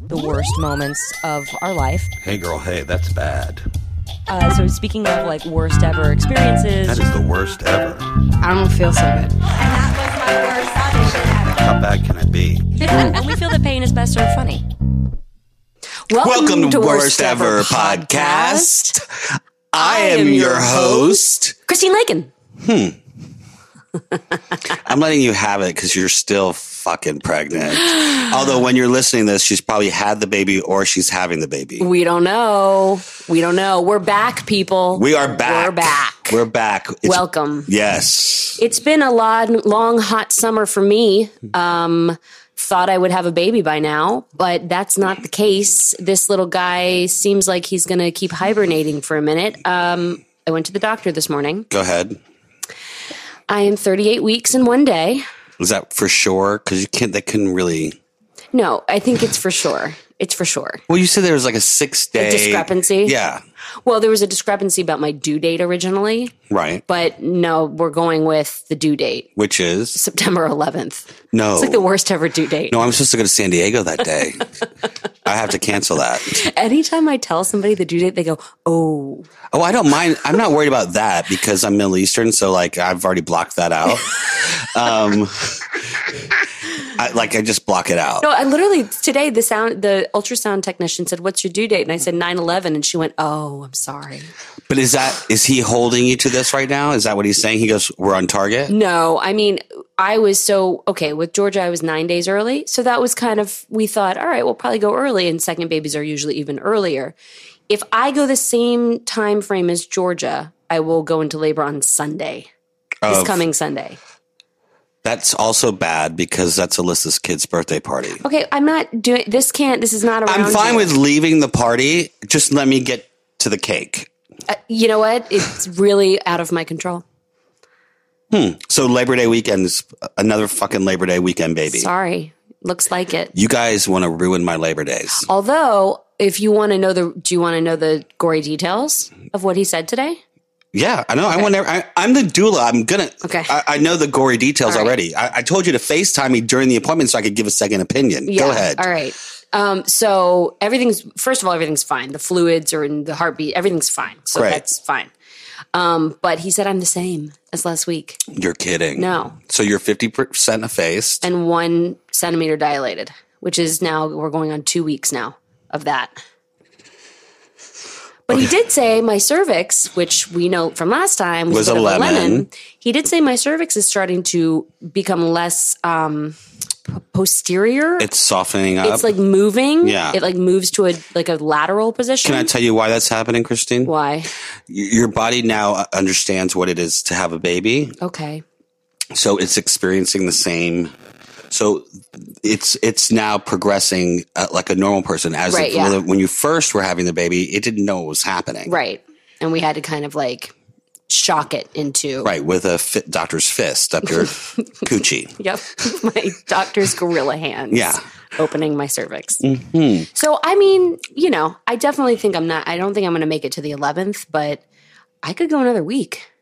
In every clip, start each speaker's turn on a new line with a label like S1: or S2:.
S1: the worst moments of our life.
S2: Hey, girl, hey, that's bad.
S1: Uh, so speaking of like worst ever experiences,
S2: That is the worst ever.
S3: I don't feel so
S4: And
S3: good.
S4: that was my worst audition ever.
S2: How bad can it be?
S1: and we feel that pain is best served funny.
S5: Welcome to Worst Ever Podcast. I am your host. Hmm.
S1: Christine Lakin.
S5: I'm letting you have it because you're still fucking pregnant. Although when you're listening to this, she's probably had the baby or she's having the baby.
S3: We don't know. We don't know. We're back, people.
S5: We are back.
S3: We're back.
S5: We're back. It's-
S3: Welcome.
S5: Yes.
S3: It's been a long, long, hot summer for me. Um, thought I would have a baby by now, but that's not the case. This little guy seems like he's going to keep hibernating for a minute. Um, I went to the doctor this morning.
S5: Go ahead.
S3: I am 38 weeks in one day.
S5: Is that for sure? Because you can't. They couldn't really.
S3: No, I think it's for sure. It's for sure.
S5: Well, you said there was like a six day
S3: discrepancy?
S5: Yeah.
S3: Well, there was a discrepancy about my due date originally,
S5: Right.
S3: but no, we're going with the due date,
S5: Which is
S3: September 11th.
S5: no.
S3: It's like the worst ever due date.
S5: No, I'm supposed to go to San Diego that day. I have to cancel that.
S3: Anytime I tell somebody the due date, they go, "Oh,
S5: Oh, I don't mind. I'm not worried about that because I'm Middle Eastern, so like I've already blocked that out. Um, I, like I just block it out.
S3: no!" I literally today the sound the ultrasound technician said, "What's your due date?" And I said 9-11. and she went, "Oh, I'm sorry."
S5: But is that is he holding you to this right now? Is that what he's saying? He goes, "We're on target."
S3: No, I mean, I was so okay with Georgia. I was nine days early, so that was kind of we thought, all right, we'll probably go early, and second babies are usually even earlier. If I go the same time frame as Georgia, I will go into labor on Sunday, this
S5: Of-
S3: coming Sunday.
S5: That's also bad because that's Alyssa's kid's birthday party.
S3: Okay, I'm not doing this. Can't this is not around.
S5: I'm fine
S3: you.
S5: with leaving the party. Just let me get to the cake.
S3: Uh, you know what? It's really out of my control.
S5: So Labor Day weekend is another fucking Labor Day weekend, baby.
S3: Sorry, looks like it.
S5: You guys want to ruin my Labor Days.
S3: Although, if you want to know the, do you want to know the gory details of what he said today?
S5: Yeah, I know. I want. to- I, I'm the doula. I'm gonna.
S3: Okay.
S5: I, I know the gory details already. I, I told you to Facetime me during the appointment so I could give a second opinion. Go ahead.
S3: All right. Um, so everything's first of all, everything's fine. The fluids are in the heartbeat. Everything's fine. So
S5: Great.
S3: that's fine. Um, but he said I'm the same as last week
S5: You're kidding.
S3: No.
S5: So you're 50 percent effaced.
S3: and one centimeter dilated, which is now we're going on two weeks now of that. But he did say my cervix, which we know from last time was,
S5: Was
S3: a,
S5: a
S3: bit of
S5: lemon.
S3: He did say my cervix is starting to become less um, p- posterior.
S5: it's softening up.
S3: it's like moving.
S5: Yeah.
S3: It like moves to a like a lateral position.
S5: Can I tell you why that's happening, Christine? Y-
S3: Why?
S5: Your body now understands what it is to have a baby,
S3: Okay.
S5: so it's experiencing the same. So it's it's now progressing uh, like a normal person. As
S3: Right,
S5: if
S3: yeah.
S5: when you first were having the baby, it didn't know what was happening.
S3: Right. And we had to kind of like shock it into
S5: Right, with a fit doctor's fist up your coochie.
S3: Yep. my doctor's gorilla hands.
S5: Yeah. Mm-hmm.
S3: Opening my cervix. So I mean, you know, I definitely think I'm not I don't think I'm gonna make it to the eleventh, but I could go another week.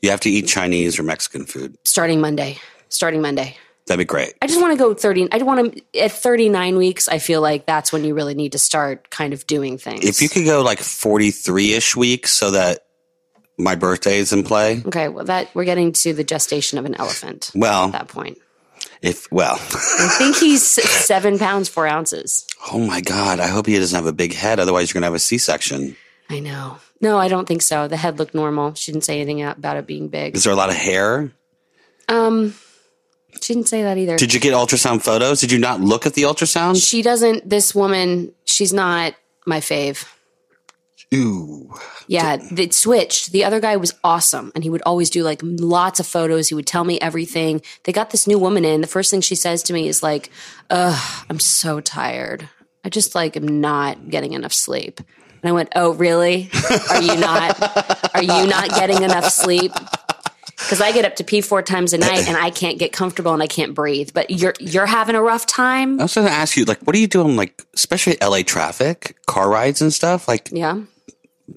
S5: You have to eat Chinese or Mexican food.
S3: Starting Monday. Starting Monday.
S5: That'd be great.
S3: I just want to go 30. I want to, at 39 weeks, I feel like that's when you really need to start kind of doing things.
S5: If you could go like 43 ish weeks so that my birthday is in play.
S3: Okay, well, that we're getting to the gestation of an elephant at
S5: Well,
S3: that point.
S5: if, well,
S3: I think he's seven pounds, four ounces.
S5: oh my God, I hope he doesn't have a big head. Otherwise, you're going to have a C section.
S3: I know. No, I don't think so. The head looked normal. She didn't say anything about it being big.
S5: Is there a lot of hair?
S3: Um, she didn't say that either.
S5: Did you get ultrasound photos? Did you not look at the ultrasound?
S3: she doesn't, this woman, she's not my fave.
S5: Ooh.
S3: Yeah, it switched. The other guy was awesome, and he would always do like lots of photos. He would tell me everything. They got this new woman in. The first thing she says to me is like, "Ugh, I'm so tired. I just like am not getting enough sleep." And I went, "Oh, really? Are you not? Are you not getting enough sleep?" Because I get up to pee four times a night, and I can't get comfortable, and I can't breathe. But you're you're having a rough time.
S5: I was going to ask you, like, what are you doing, like, especially LA traffic, car rides and stuff? Like,
S3: Yeah.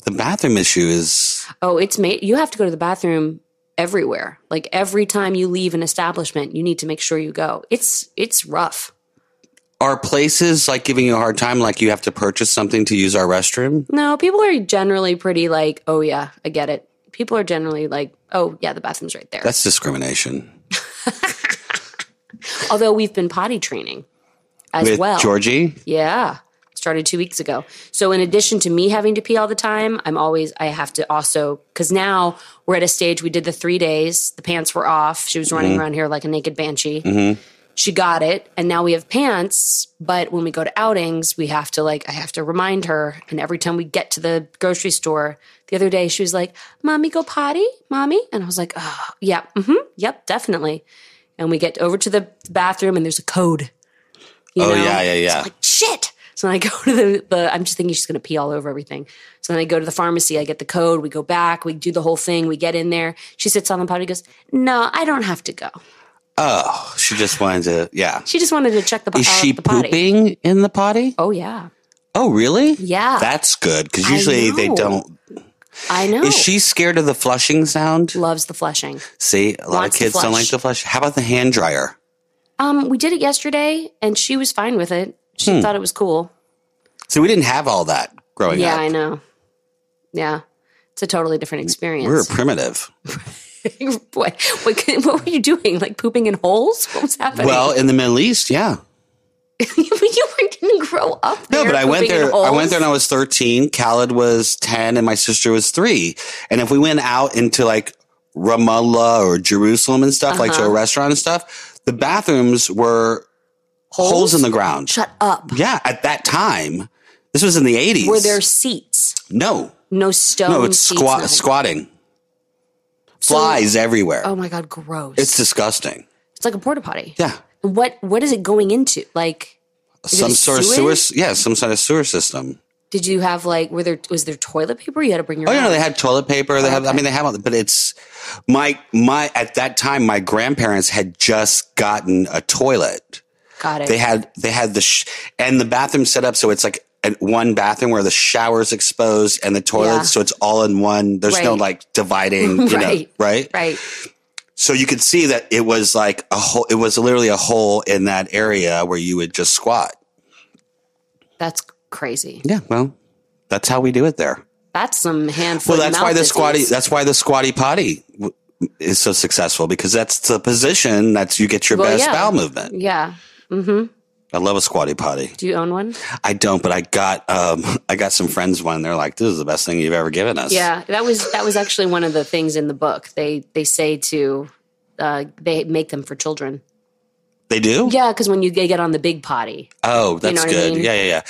S5: the bathroom issue is
S3: Oh, it's made. You have to go to the bathroom everywhere. Like every time you leave an establishment, you need to make sure you go. It's it's rough.
S5: Are places like giving you a hard time, like you have to purchase something to use our restroom?
S3: No, people are generally pretty like, oh yeah, I get it. People are generally like, oh yeah, the bathroom's right there.
S5: That's discrimination.
S3: Although we've been potty training as
S5: With
S3: well.
S5: Georgie?
S3: Yeah. Started two weeks ago. So, in addition to me having to pee all the time, I'm always, I have to also, because now we're at a stage, we did the three days, the pants were off. She was
S5: Mm-hmm.
S3: running around here like a naked banshee. She got it. And now we have pants. But when we go to outings, we have to, like, I have to remind her. And every time we get to the grocery store, the other day, she was like, Mommy, go potty, Mommy. And I was like, Oh, yeah, hmm, yep, definitely. And we get over to the bathroom and there's a code. You
S5: Oh,
S3: know?
S5: yeah, yeah, yeah.
S3: like, shit. So then I go to the, the I'm just thinking she's going to pee all over everything. So then I go to the pharmacy, I get the code, we go back, we do the whole thing, we get in there. She sits on the potty, goes, No, I don't have to go.
S5: oh, she just wanted to, yeah.
S3: She just wanted to check the, po-
S5: Is
S3: out
S5: she
S3: Uh, the potty.
S5: pooping in the potty?
S3: Oh, yeah.
S5: Oh, really?
S3: Yeah.
S5: That's good because usually they
S3: know.
S5: don't.
S3: I know.
S5: Is she scared of the flushing sound?
S3: loves the flushing.
S5: See, a lot of
S3: Wants to
S5: kids don't
S3: flush.
S5: like the flush. How about the hand dryer?
S3: Um, we did it yesterday and she was fine with it. She
S5: Hmm.
S3: thought it was cool.
S5: See, we didn't have all that growing
S3: Yeah,
S5: up.
S3: I know. Yeah. It's a totally different experience.
S5: We were primitive.
S3: Boy, what, could- what were you doing? Like pooping in holes? What was happening?
S5: Well, in the Middle East, yeah.
S3: you were, didn't grow up.
S5: No,
S3: there
S5: but I went
S3: pooping in
S5: there. I went there
S3: holes?
S5: when I was thirteen. Khaled was ten, and my sister was three. And if we went out into like Ramallah or Jerusalem and stuff, like to a
S3: Uh-huh.
S5: restaurant and stuff, the bathrooms were holes, in the ground.
S3: Shut up.
S5: yeah, at that time, this was in the eighties.
S3: Were there seats?
S5: no?
S3: No stone.
S5: No, it's
S3: seats,
S5: squat
S3: nothing.
S5: squatting. Flies everywhere.
S3: Oh my god, gross!
S5: It's disgusting.
S3: It's like a porta potty.
S5: Yeah,
S3: What What is it going into? Like, it
S5: some sort of sewer.
S3: sewage?
S5: s- Yeah, some sort of sewer system.
S3: did you have like were there was there toilet paper? You had to bring your.
S5: Oh yeah,
S3: own?
S5: no, they had toilet paper. They have. I mean, they have all. the- But it's my my at that time, my grandparents had just gotten a toilet.
S3: Got it.
S5: They had they had the sh- and the bathroom set up so it's like an, one bathroom where the shower's exposed and the toilet,
S3: Yeah.
S5: so it's all in one. There's no
S3: Right.
S5: like dividing, you
S3: Right.
S5: know, right?
S3: right.
S5: So you could see that it was like a hole. It was literally a hole in that area where you would just squat.
S3: That's crazy.
S5: Yeah, well, that's how we do it there.
S3: That's some handful.
S5: Well, that's why the squatty.
S3: squatty.
S5: That's why the squatty potty w- is so successful because that's the position that's you get your
S3: Well,
S5: best
S3: yeah.
S5: bowel movement.
S3: Yeah.
S5: I love a squatty potty.
S3: Do you own one?
S5: I don't, but I got um, I got some friends one. They're like, "This is the best thing you've ever given us."
S3: Yeah, that was that was actually one of the things in the book. They they say to uh, they make them for children.
S5: they do.
S3: Yeah, because when you they get on the big potty,
S5: Oh, that's
S3: know what I
S5: good.
S3: mean?
S5: Yeah, yeah, yeah.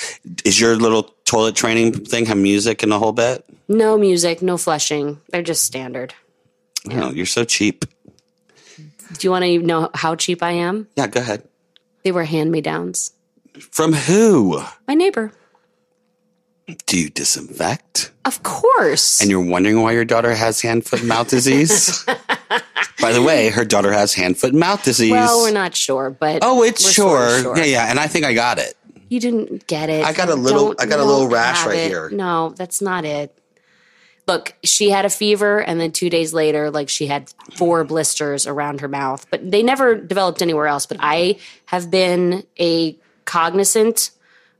S5: Is your little toilet training thing have music and the whole bit?
S3: no music, no flushing. They're just standard.
S5: Oh, you're so cheap.
S3: Do you want to know how cheap I am?
S5: Yeah, go ahead.
S3: They were hand me downs.
S5: From who
S3: My neighbor,
S5: do you disinfect?
S3: of course.
S5: And you're wondering why your daughter has hand, foot, and mouth disease? By the way, her daughter has hand, foot, and mouth disease.
S3: well, we're not sure, but
S5: Oh, it's
S3: we're
S5: sure.
S3: sort of
S5: Yeah, yeah. And I think I got it.
S3: You didn't get it.
S5: I got a
S3: You
S5: little-
S3: don't-
S5: I got a
S3: you
S5: little
S3: don't
S5: rash
S3: have
S5: right
S3: it.
S5: here.
S3: No, that's not it. Look, she had a fever, and then two days later, like she had four blisters around her mouth, but they never developed anywhere else. But I have been a cognizant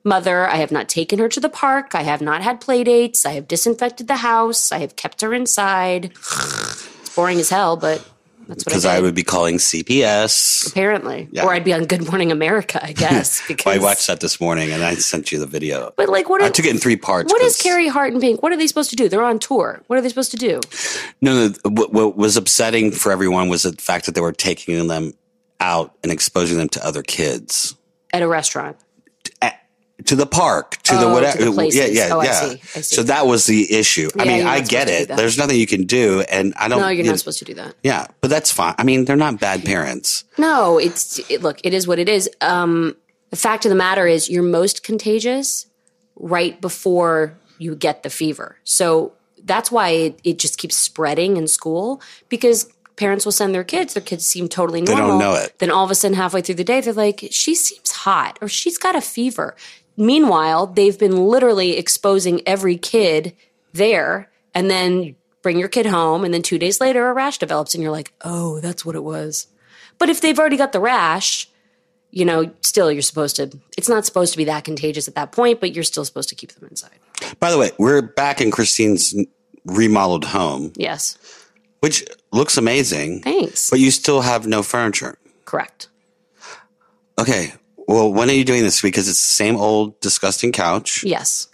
S3: mother. I have not taken her to the park. I have not had play dates. I have disinfected the house. I have kept her inside. It's boring as hell, but that's what I
S5: Because
S3: did.
S5: I would be calling CPS.
S3: apparently,
S5: Yeah.
S3: or I'd be on Good Morning America, I guess. Because
S5: I watched that this morning and I sent you the video.
S3: But like, what? Are,
S5: I took it in three parts.
S3: What is
S5: 'cause-
S3: Carrie Hart and Pink? What are they supposed to do? They're on tour. What are they supposed to do?
S5: No, no. What, what was upsetting for everyone was the fact that they were taking them out and exposing them to other kids.
S3: At a restaurant.
S5: to the park, to the
S3: Oh,
S5: whatever.
S3: to the places.
S5: yeah, yeah,
S3: Oh, I
S5: yeah.
S3: see. I see.
S5: So that was the issue. I
S3: Yeah,
S5: mean,
S3: you're not
S5: I get
S3: supposed to do
S5: it.
S3: that.
S5: There's nothing you can do, and I don't.
S3: No, you're
S5: you-
S3: not supposed to do that.
S5: Yeah, but that's fine. I mean, they're not bad parents.
S3: No, it's it, look. It is what it is. Um, the fact of the matter is, you're most contagious right before you get the fever. So that's why it, it just keeps spreading in school because parents will send their kids. Their kids seem totally
S5: don't
S3: normal.
S5: know it.
S3: Then all of a sudden, halfway through the day, they're like, "She seems hot," or "She's got a fever." Meanwhile, they've been literally exposing every kid there, and then bring your kid home, and then two days later, a rash develops, and you're like, "Oh, that's what it was." But if they've already got the rash, you know, still you're supposed to, it's not supposed to be that contagious at that point, but you're still supposed to keep them inside.
S5: By the way, we're back in Christine's remodeled home,
S3: Yes.
S5: which looks amazing,
S3: Thanks.
S5: but you still have no furniture.
S3: Correct.
S5: Okay. Well, when are you doing this? Because it's the same old disgusting couch,
S3: Yes.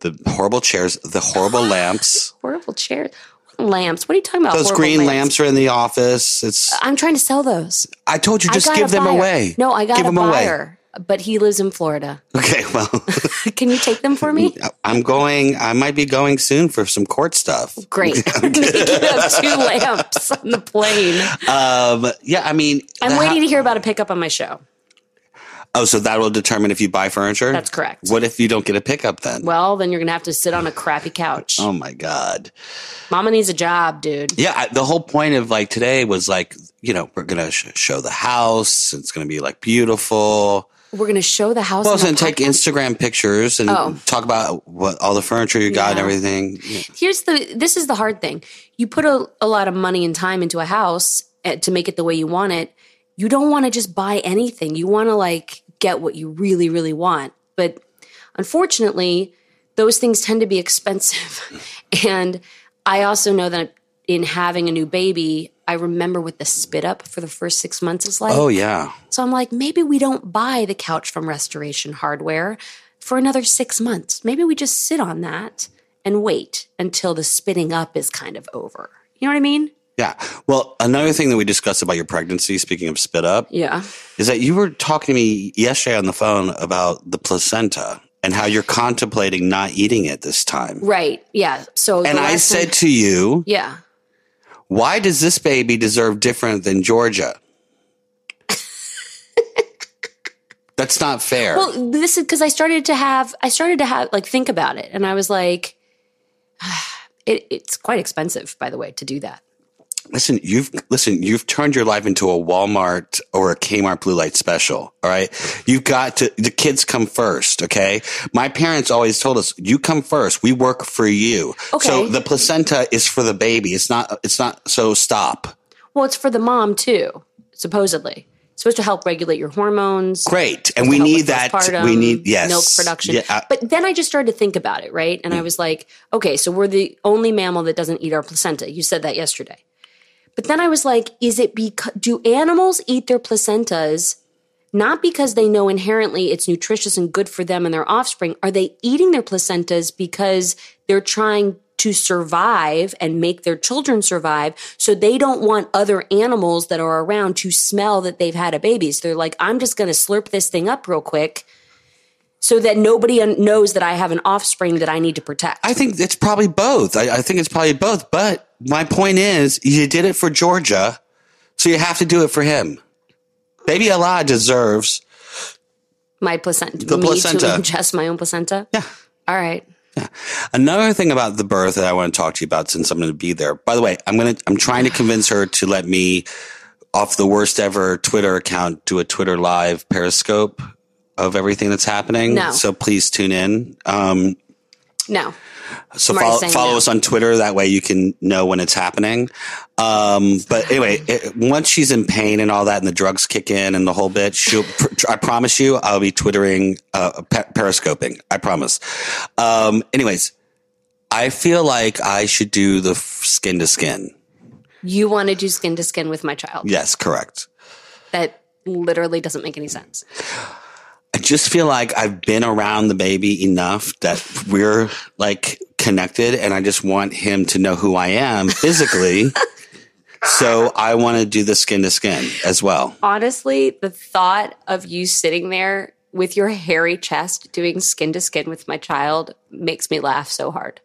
S5: the horrible chairs, the horrible lamps.
S3: Horrible chairs. Lamps. What are you talking about?
S5: Those
S3: Horrible
S5: green lamps. are in the office. It's
S3: I'm trying to sell those.
S5: I told you
S3: I
S5: just
S3: got
S5: give
S3: a
S5: them
S3: buyer.
S5: away.
S3: No, I got
S5: give
S3: a
S5: them
S3: buyer, but he lives in Florida.
S5: away. Okay, well,
S3: Can you take them for me?
S5: I'm going I might be going soon for some court stuff.
S3: Great. Making up two lamps on the plane.
S5: Um, yeah, I mean
S3: I'm
S5: the
S3: waiting
S5: ha-
S3: to hear about a pickup on my show.
S5: Oh, so that will determine if you buy furniture?
S3: That's correct.
S5: What if you don't get a pickup then?
S3: Well, then you're gonna have to sit on a crappy couch.
S5: oh my god.
S3: Mama needs a job, dude.
S5: Yeah, I, the whole point of like today was like, you know, we're going to sh- show the house. It's going to be like beautiful.
S3: We're gonna show the house.
S5: Well, I
S3: on
S5: was
S3: the
S5: going to take
S3: podcast.
S5: Instagram pictures and
S3: Oh.
S5: talk about what all the furniture you got and
S3: Yeah.
S5: everything. Yeah.
S3: Here's the. This is the hard thing. You put a, a lot of money and time into a house eh, to make it the way you want it. You don't want to just buy anything. You want to like get what you really, really want. But unfortunately, those things tend to be expensive. and I also know that in having a new baby, I remember what the spit up for the first six months is like.
S5: Oh yeah.
S3: So I'm like, maybe we don't buy the couch from Restoration Hardware for another six months. Maybe we just sit on that and wait until the spitting up is kind of over. You know what I mean?
S5: Yeah. Well, another thing that we discussed about your pregnancy, speaking of spit up,
S3: Yeah.
S5: is that you were talking to me yesterday on the phone about the placenta and how you're contemplating not eating it this time.
S3: Right. Yeah. So the
S5: And I
S3: last
S5: said
S3: time-
S5: to you,
S3: yeah.
S5: why does this baby deserve different than Georgia? That's not fair.
S3: Well, this is because I started to have, I started to have, like, think about it. And I was like, it, it's quite expensive, by the way, to do that.
S5: listen, you've listen, you've turned your life into a Walmart or a Kmart blue light special. All right. You've got to the kids come first, okay? My parents always told us, you come first. We work for you. So
S3: Okay.
S5: the placenta is for the baby. It's not it's not so stop.
S3: Well, it's for the mom, too, supposedly. It's supposed to help regulate your hormones.
S5: Great. And we
S3: help
S5: need
S3: with
S5: that.
S3: postpartum,
S5: We need yes.
S3: milk production.
S5: Yeah, uh, I- Mm.
S3: but then I just started to think about it, right? And I was like, okay, so we're the only mammal that doesn't eat our placenta. You said that yesterday. But then I was like, is it because do animals eat their placentas not because they know inherently it's nutritious and good for them and their offspring? Are they eating their placentas because they're trying to survive and make their children survive so they don't want other animals that are around to smell that they've had a baby? So they're like, I'm just going to slurp this thing up real quick so that nobody un- knows that I have an offspring that I need to protect.
S5: I think it's probably both. I, I think it's probably both. But my point is, you did it for Georgia, so you have to do it for him. Baby Allah deserves.
S3: My placenta.
S5: The
S3: me
S5: placenta.
S3: to ingest my own placenta? Yeah. All right.
S5: Another thing about the birth that I want to talk to you about, since I'm going to be there. By the way, I'm going to. I'm trying to convince her to let me off the worst ever Twitter account do a Twitter live Periscope of everything that's happening.
S3: No.
S5: So please tune in. Um,
S3: No.
S5: So
S3: I'm already
S5: follow,
S3: saying
S5: follow
S3: no.
S5: us on Twitter. That way you can know when it's happening. Um, but anyway, it, once she's in pain and all that, and the drugs kick in and the whole bit, she'll, pr- I promise you, I'll be twittering, uh, pe- periscoping. I promise. Um, anyways, I feel like I should do the skin to skin.
S3: You want to do skin to skin with my child.
S5: Yes, correct.
S3: That literally doesn't make any sense.
S5: I just feel like I've been around the baby enough that we're like connected and I just want him to know who I am physically. so I want to do the skin to skin as well.
S3: Honestly, the thought of you sitting there with your hairy chest doing skin to skin with my child makes me laugh so hard.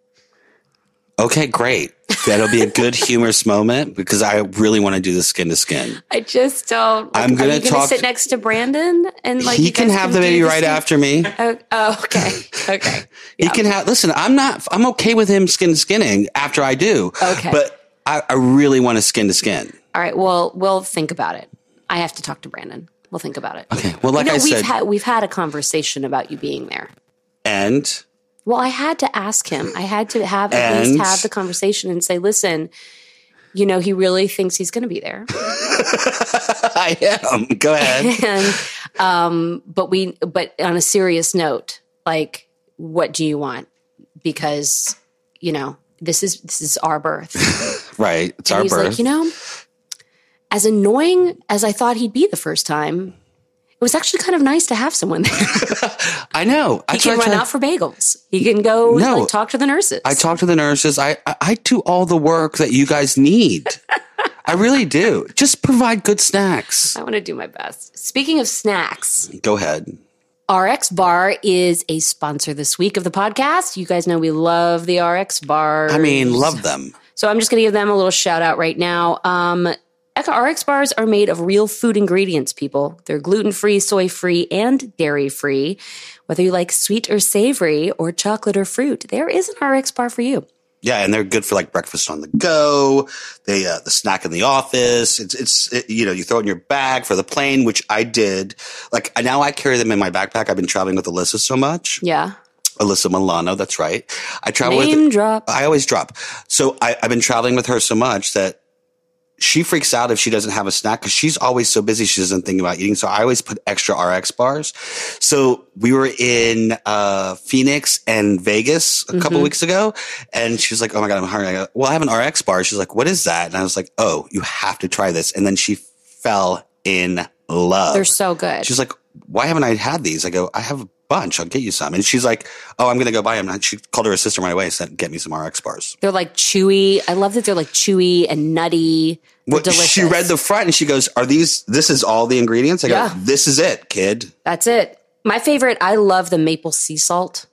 S5: Okay, great. That'll be a good humorous moment because I really want to do the skin to skin.
S3: I just don't. Like,
S5: I'm gonna
S3: are you
S5: talk-
S3: sit next to Brandon and like
S5: He
S3: you
S5: can
S3: guys
S5: have the
S3: do
S5: baby right
S3: skin-
S5: after me.
S3: Oh, oh, okay, okay.
S5: He can have, listen, I'm not, I'm okay with him skin to skinning after I do.
S3: Okay.
S5: But I, I really want to skin to skin.
S3: All right. Well, we'll think about it. I have to talk to Brandon. We'll think about it.
S5: Okay. Well, like
S3: no,
S5: I
S3: we've
S5: said,
S3: had we've had a conversation about you being there.
S5: and
S3: Well, I had to ask him. I had to have at
S5: And-
S3: least have the conversation and say, listen, you know, he really thinks he's going to be there.
S5: I am. Go ahead.
S3: and um, but we but on a serious note like what do you want because you know this is this is our birth
S5: right. It's
S3: and
S5: our
S3: he's
S5: birth.
S3: like you know as annoying as i thought he'd be the first time it was actually kind of nice to have someone there
S5: I know. I
S3: he can run out for bagels he can go
S5: No.
S3: like, talk to the nurses
S5: I talk to the nurses. I, I I do all the work that you guys need. I really do. Just provide good snacks.
S3: I want to do my best speaking of snacks
S5: Go ahead.
S3: rx bar is a sponsor this week of the podcast you guys know we love the rx bar
S5: I mean, love them.
S3: So I'm just going to give them a little shout out right now. Um, Eka RX bars are made of real food ingredients, people. They're gluten free, soy free, and dairy free. Whether you like sweet or savory, or chocolate or fruit, there is an RX bar for you.
S5: Yeah, and they're good for like breakfast on the go. They uh, the snack in the office. It's it's it, you know you throw it in your bag for the plane, which I did. Like I- now I carry them in my backpack. I've been traveling with Alyssa so much.
S3: Yeah.
S5: Alyssa Milano, that's right. I travel
S3: Name
S5: with.
S3: drop.
S5: I always drop. So I, I've been traveling with her so much that she freaks out if she doesn't have a snack because she's always so busy she doesn't think about eating. So I always put extra RX bars. So we were in uh, Phoenix and Vegas a
S3: Mm-hmm.
S5: couple weeks ago, and she was like, "Oh my god, I'm hungry." I go, "Well, I have an RX bar." She's like, "What is that?" And I was like, "Oh, you have to try this." And then she fell in love.
S3: They're so good.
S5: She's like, why haven't I had these? I go, I have a bunch. I'll get you some. And she's like, oh, I'm going to go buy them. And she called her sister right away and said, get me some RX bars.
S3: They're like chewy. I love that they're like chewy and nutty. They're
S5: Well,
S3: delicious.
S5: she read the front and she goes, are these, this is all the ingredients? I go,
S3: Yeah.
S5: this is it, kid.
S3: That's it. My favorite. I love the maple sea salt.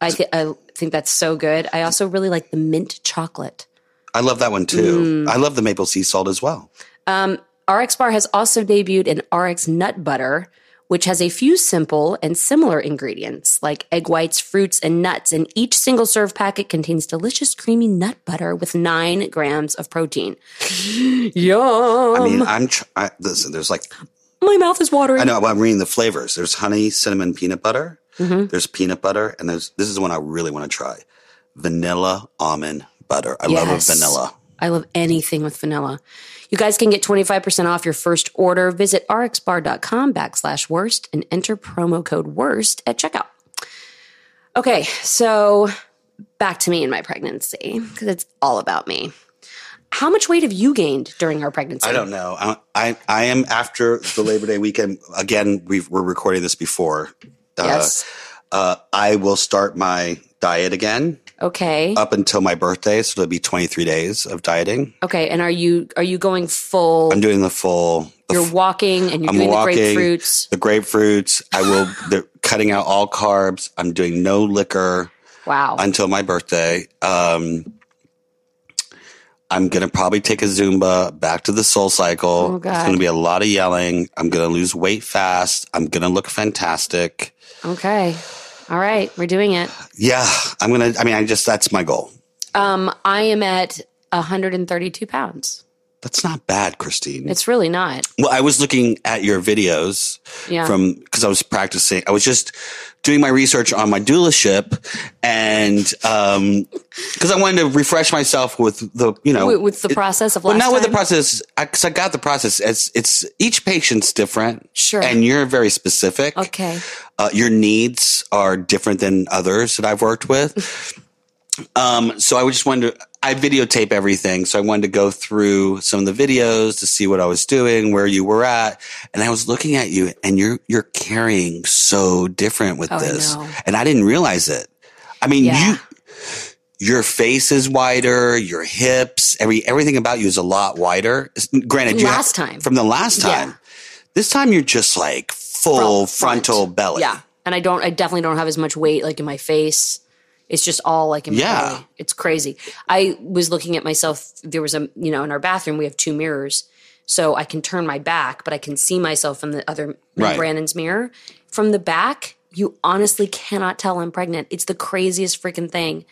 S3: I th- I think that's so good. I also really like the mint chocolate.
S5: I love that one too.
S3: Mm.
S5: I love the maple sea salt as well.
S3: RX Um, Bar has also debuted an RX Nut Butter, which has a few simple and similar ingredients like egg whites, fruits, and nuts. And each single serve packet contains delicious, creamy nut butter with nine grams of protein. Yum!
S5: I mean, I'm, tr- I, listen, there's like,
S3: My mouth is watering.
S5: I know I'm reading the flavors. There's honey, cinnamon, peanut butter.
S3: Mm-hmm.
S5: There's peanut butter. And there's, this is the one I really want to try. Vanilla almond butter. I love
S3: Yes.
S5: vanilla.
S3: I love anything with vanilla. You guys can get 25% off your first order. Visit rxbar.com backslash worst and enter promo code worst at checkout. Okay, so back to me and my pregnancy because it's all about me. How much weight have you gained during our pregnancy?
S5: I don't know. I, I I am after the Labor Day weekend. Again, we've, we're recording this before. Uh,
S3: Yes.
S5: Uh, I will start my diet again
S3: okay.
S5: up until my birthday, so it'll be 23 days of dieting.
S3: okay. And are you are you going full?
S5: I'm doing the full. The,
S3: you're walking and you're
S5: I'm
S3: doing
S5: walking.
S3: the grapefruits.
S5: The grapefruits. I will. they're cutting out all carbs. I'm doing no liquor
S3: Wow.
S5: until my birthday. Um, I'm gonna probably take a Zumba back to the Soul Cycle.
S3: Oh,
S5: It's
S3: God.
S5: gonna be a lot of yelling. I'm gonna lose weight fast. I'm gonna look fantastic.
S3: okay. All right. We're doing it.
S5: Yeah, I'm gonna. I mean, I just that's my goal.
S3: Um, I am at 132 pounds.
S5: That's not bad, Christine.
S3: It's really not.
S5: well, I was looking at your videos
S3: Yeah.
S5: from because I was practicing. I was just doing my research on my doulaship, and because I wanted to refresh myself with the you know
S3: With- with the process of
S5: well,
S3: last
S5: not with the
S3: time?
S5: process because I, got the process. It's it's each patient's different,
S3: Sure.
S5: and you're very specific.
S3: Okay.
S5: uh, your needs are different than others that I've worked with. um, so I just wanted to, I videotape everything. So I wanted to go through some of the videos to see what I was doing, where you were at. And I was looking at you and you're, you're carrying so different with
S3: Oh, I
S5: this.
S3: know.
S5: And I didn't realize it. I mean,
S3: Yeah.
S5: you, your face is wider, your hips, every, everything about you is a lot wider. Granted, you
S3: Last time.
S5: from the last
S3: Yeah.
S5: time, this time you're just like full
S3: Front- front.
S5: frontal belly.
S3: Yeah. And I don't I definitely don't have as much weight like in my face. It's just all like in my
S5: Yeah.
S3: belly. It's crazy. I was looking at myself there was a you know in our bathroom we have two mirrors. So I can turn my back, but I can see myself in the other in
S5: Right.
S3: Brandon's mirror. From the back, you honestly cannot tell I'm pregnant. It's the craziest freaking thing.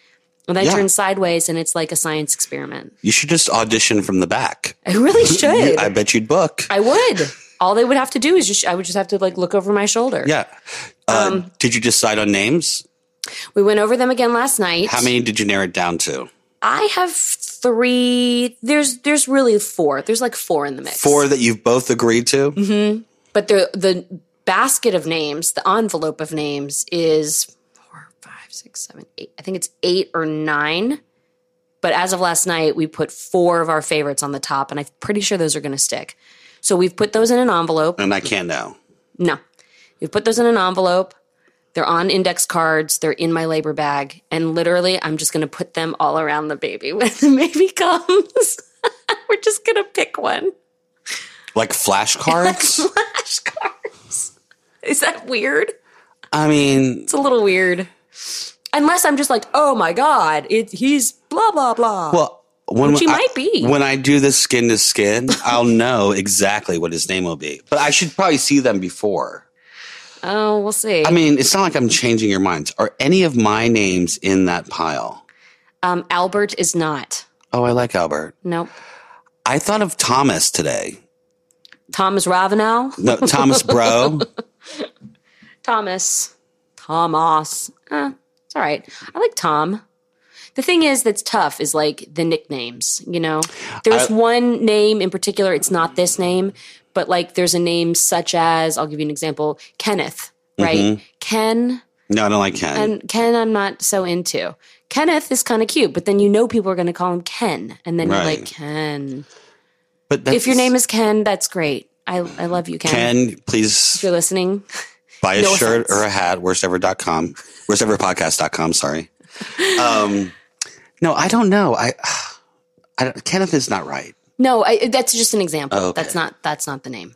S3: And I
S5: Yeah.
S3: turn sideways and it's like a science experiment.
S5: You should just audition from the back.
S3: I really should.
S5: I bet you'd book.
S3: I would. All they would have to do is just I would just have to like look over my shoulder.
S5: yeah. Uh,
S3: Um,
S5: did you decide on names?
S3: We went over them again last night.
S5: How many did you narrow it down to?
S3: I have th- three. There's there's really four. There's like four in the mix.
S5: Four that you've both agreed to.
S3: Mm-hmm. But the the basket of names, the envelope of names is four, five, six, seven, eight. I think it's eight or nine. But as of last night, we put four of our favorites on the top, and I'm pretty sure those are going to stick. So we've put those in an envelope.
S5: And I can't know.
S3: No, we've put those in an envelope. They're on index cards. They're in my labor bag, and literally, I'm just going to put them all around the baby when the baby comes. We're just going to pick one.
S5: Like flashcards?
S3: Flashcards. Is that weird?
S5: I mean,
S3: It's a little weird. Unless I'm just like, oh my god, it, he's blah blah blah.
S5: well, when
S3: Which he
S5: I-
S3: might be.
S5: When I do this skin to skin, I'll know exactly what his name will be. But I should probably see them before.
S3: oh, we'll see.
S5: I mean, it's not like I'm changing your minds. Are any of my names in that pile?
S3: um, Albert is not.
S5: Oh, I like Albert.
S3: Nope.
S5: I thought of Thomas today.
S3: Thomas Ravenel.
S5: No, Thomas Bro.
S3: Thomas. Thomas. Eh, it's all right. I like Tom. The thing is that's tough is like the nicknames, you know? There's
S5: I-
S3: one name in particular, it's not this name, but like there's a name such as, I'll give you an example, Kenneth, right?
S5: Mm-hmm.
S3: Ken.
S5: No, I don't like Ken.
S3: And Ken, I'm not so into. Kenneth is kind of cute, but then you know people are going to call him Ken. And then you're
S5: Right.
S3: like, Ken.
S5: but
S3: If your name is Ken, that's great. I, I love you, Ken.
S5: Ken,
S3: If
S5: please
S3: you're listening,
S5: buy a
S3: no
S5: shirt
S3: offense.
S5: or a hat, worstever.com, worsteverpodcast.com, sorry. Um, no, I don't know. I, I don't, Kenneth is not right.
S3: no, I, that's just an example.
S5: Oh, okay.
S3: That's not that's not the name.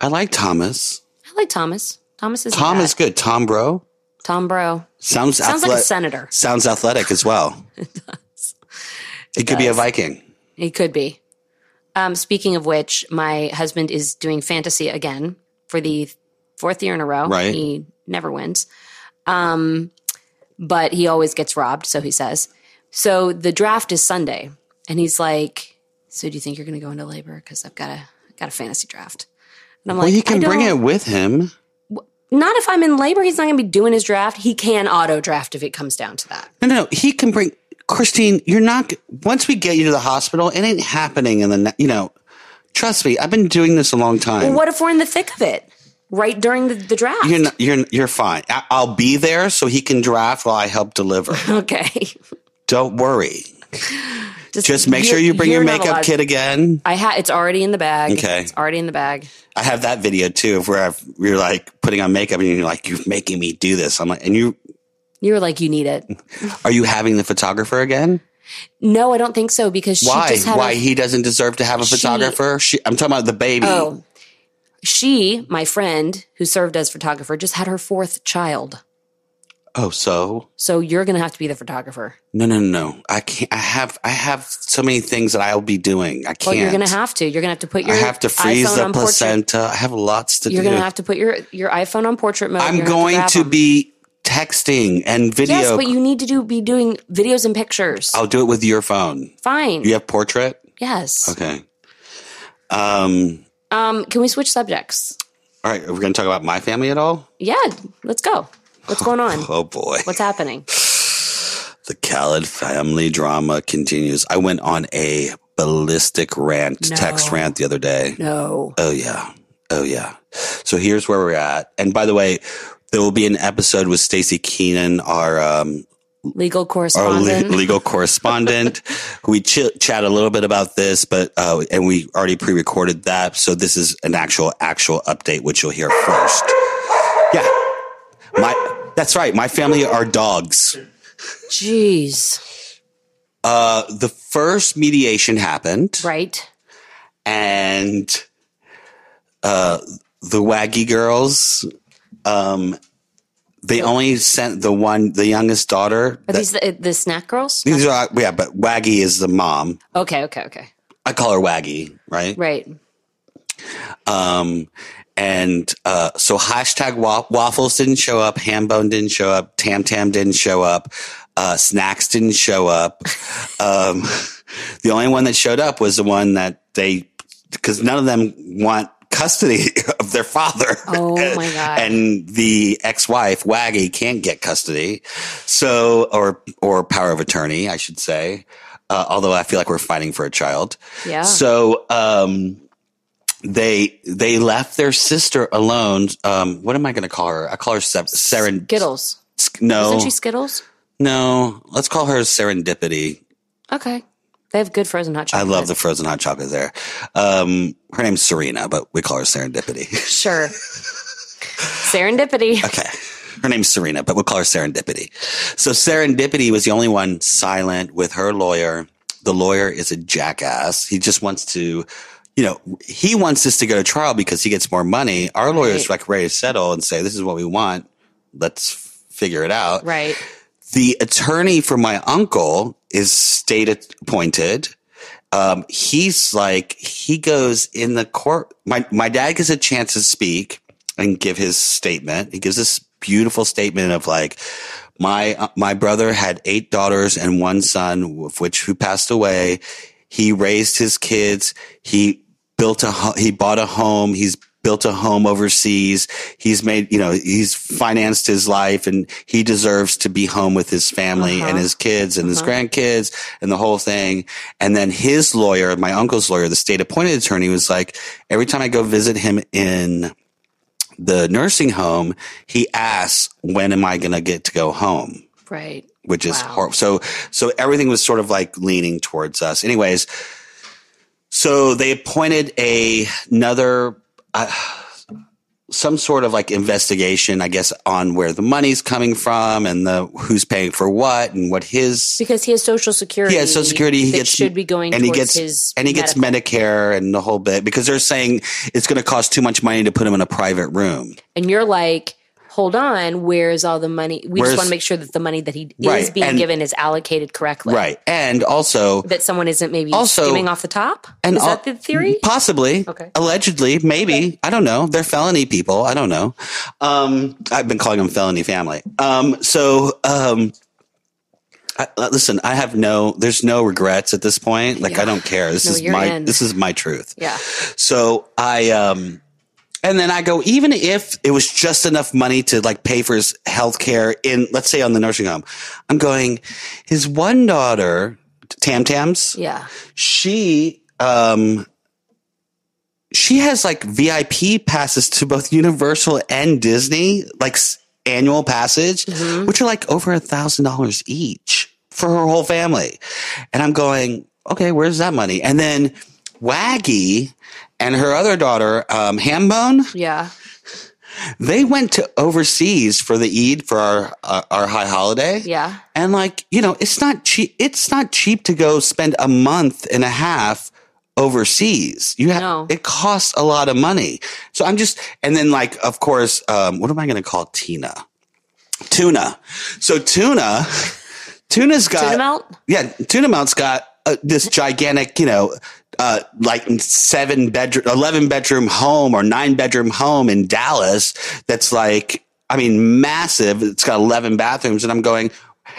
S5: I like Thomas.
S3: I like Thomas. Thomas is
S5: Tom is good. Tom Bro
S3: Tom Bro.
S5: sounds
S3: Sounds like a
S5: athle-
S3: senator.
S5: Sounds athletic as well. it does. It could be a Viking.
S3: He could be. Um, speaking of which, my husband is doing fantasy again for the fourth year in a row.
S5: Right.
S3: He never wins. Um, but he always gets robbed, so he says. So the draft is Sunday, and he's like, "So do you think you're going to go into labor? Because I've got a got a fantasy draft." And I'm
S5: Well,
S3: like,
S5: he
S3: "I
S5: can bring it
S3: don't-
S5: with him.
S3: Not if I'm in labor. He's not going to be doing his draft. He can auto draft if it comes down to that.
S5: No, no, no, he can bring Christine. You're not g- once we get you to the hospital. It ain't happening in the ne- you know. Trust me, I've been doing this a long time.
S3: What if we're in the thick of it right during the, the draft?
S5: You're not, you're you're fine. I, I'll be there so he can draft while I help deliver.
S3: okay.
S5: Don't worry. Just make sure you bring your
S3: you're not
S5: makeup
S3: allowed-
S5: kit again.
S3: I ha- it's already in the bag.
S5: Okay.
S3: It's already in the bag.
S5: I have that video too of where I've, you're like putting on makeup and you're like, you're making me do this. I'm like, and you,
S3: You were like, you need it.
S5: are you having the photographer again?
S3: No, I don't think so because she
S5: Why?
S3: just had
S5: Why
S3: a-
S5: he doesn't deserve to have a
S3: She-
S5: photographer? She, I'm talking about the baby.
S3: oh, she, my friend who served as photographer, just had her fourth child.
S5: Oh, so
S3: So you're gonna have to be the photographer.
S5: no, no, no, no. I can't. I have, I have so many things that I'll be doing. I can't.
S3: Well, you're gonna have to. You're gonna have to put
S5: I
S3: your
S5: have to freeze
S3: iPhone
S5: the
S3: on portrait-
S5: placenta. I have lots to
S3: You're
S5: do.
S3: gonna have to put your your iPhone on portrait mode.
S5: I'm
S3: You're gonna
S5: going
S3: have
S5: to
S3: grab 'em.
S5: be texting and video.
S3: Yes, but you need to do be doing videos and pictures.
S5: I'll do it with your phone.
S3: Fine.
S5: You have portrait.
S3: Yes.
S5: Okay. Um.
S3: Um, can we switch subjects?
S5: All right. Are we going to talk about my family at all?
S3: Yeah, let's go. What's going on?
S5: Oh boy.
S3: What's happening?
S5: The Khaled family drama continues. I went on a ballistic rant,
S3: No.
S5: text rant the other day.
S3: No.
S5: Oh, yeah. Oh, yeah. So here's where we're at. And by the way, there will be an episode with Stacey Keenan, our, um,
S3: Legal
S5: our le-
S3: correspondent.
S5: legal correspondent. we ch- chat a little bit about this, but, uh, and we already pre recorded that. So this is an actual, actual update, which you'll hear first. Yeah. My, that's right. My family are dogs.
S3: Jeez.
S5: Uh, the first mediation happened,
S3: Right.
S5: and uh, the Waggy girls, um, they only sent the one, the youngest daughter.
S3: Are
S5: that-
S3: these the, the snack girls?
S5: these are yeah, but Waggy is the mom.
S3: Okay, okay, okay.
S5: I call her Waggy, right?
S3: Right.
S5: Um, and uh, so hashtag wa- waffles didn't show up, hambone didn't show up, tam tam didn't show up, uh, snacks didn't show up. um, the only one that showed up was the one that they because none of them want custody of their father.
S3: Oh, my God.
S5: And the ex-wife Waggy can't get custody, so or or power of attorney, I should say. uh, although I feel like we're fighting for a child.
S3: Yeah.
S5: So um, they they left their sister alone. Um, what am I going to call her? I call her Sep- Seren.
S3: Skittles.
S5: Sk- no,
S3: Isn't she Skittles?
S5: no. Let's call her Serendipity.
S3: Okay. They have good frozen hot
S5: I
S3: chocolate.
S5: love the frozen hot chocolate there. Um, her name's Serena, but we call her Serendipity.
S3: Sure. Serendipity.
S5: okay. Her name's Serena, but we'll call her Serendipity. So Serendipity was the only one silent with her lawyer. The lawyer is a jackass. He just wants to, you know, he wants this to go to trial because he gets more money. Our lawyer's like ready to settle and say, this is what we want. Let's figure it out.
S3: Right.
S5: The attorney for my uncle is state appointed. Um, he's like, he goes in the court. My, my dad gets a chance to speak and give his statement. He gives this beautiful statement of like, my, uh, my brother had eight daughters and one son, of which who passed away. He raised his kids. He built a, ho- he bought a home. He's built a home overseas. He's made, you know, he's financed his life and he deserves to be home with his family and his kids and his grandkids and the whole thing. And then his lawyer, my uncle's lawyer, the state appointed attorney was like, every time I go visit him in the nursing home, he asks, when am I going to get to go home?
S3: Right.
S5: which is horrible. So, so everything was sort of like leaning towards us. Anyways, so they appointed a another uh, some sort of like investigation, I guess, on where the money's coming from and the who's paying for what and what his
S3: Because he has social security.
S5: yeah, Social Security. He
S3: that
S5: gets
S3: should be going
S5: and
S3: towards
S5: he gets
S3: his
S5: and he gets
S3: medical.
S5: Medicare and the whole bit because they're saying it's going to cost too much money to put him in a private room.
S3: and you're like, hold on, where is all the money? We
S5: Where's-
S3: just want to make sure that the money that he is
S5: Right,
S3: being
S5: and-
S3: given is allocated correctly.
S5: Right, and also
S3: That someone isn't maybe
S5: Also-
S3: skimming off the top.
S5: And
S3: is that
S5: al-
S3: the theory?
S5: Possibly.
S3: Okay.
S5: Allegedly, maybe. I don't know. They're felony people. I don't know. Um, I've been calling them felony family. Um, so, um, I, uh, listen, I have no, there's no regrets at this point. Like, I don't care. This
S3: No,
S5: is
S3: you're
S5: my,
S3: in.
S5: this is my truth.
S3: Yeah.
S5: So I, um, and then I go, even if it was just enough money to like pay for his health care in, let's say on the nursing home, I'm going, his one daughter, Tam Tams
S3: Yeah.
S5: she um she has like VIP passes to both Universal and Disney, like s- annual passage, which are like over a thousand dollars each for her whole family. And I'm going, okay, where's that money? And then Waggy and her other daughter, um, Hambone,
S3: Yeah.
S5: they went to overseas for the Eid for our uh, our high holiday.
S3: Yeah.
S5: And like, you know, it's not cheap it's not cheap to go spend a month and a half overseas. You have
S3: No.
S5: it costs a lot of money. So I'm just and then like of course, um what am I going to call Tina? Tuna. So Tuna Tuna's got
S3: Tuna melt?
S5: yeah, Tuna Mount's got uh, this gigantic, you know, uh, like seven bedroom, 11 bedroom home or nine bedroom home in Dallas that's like, I mean, massive. It's got 11 bathrooms. And I'm going,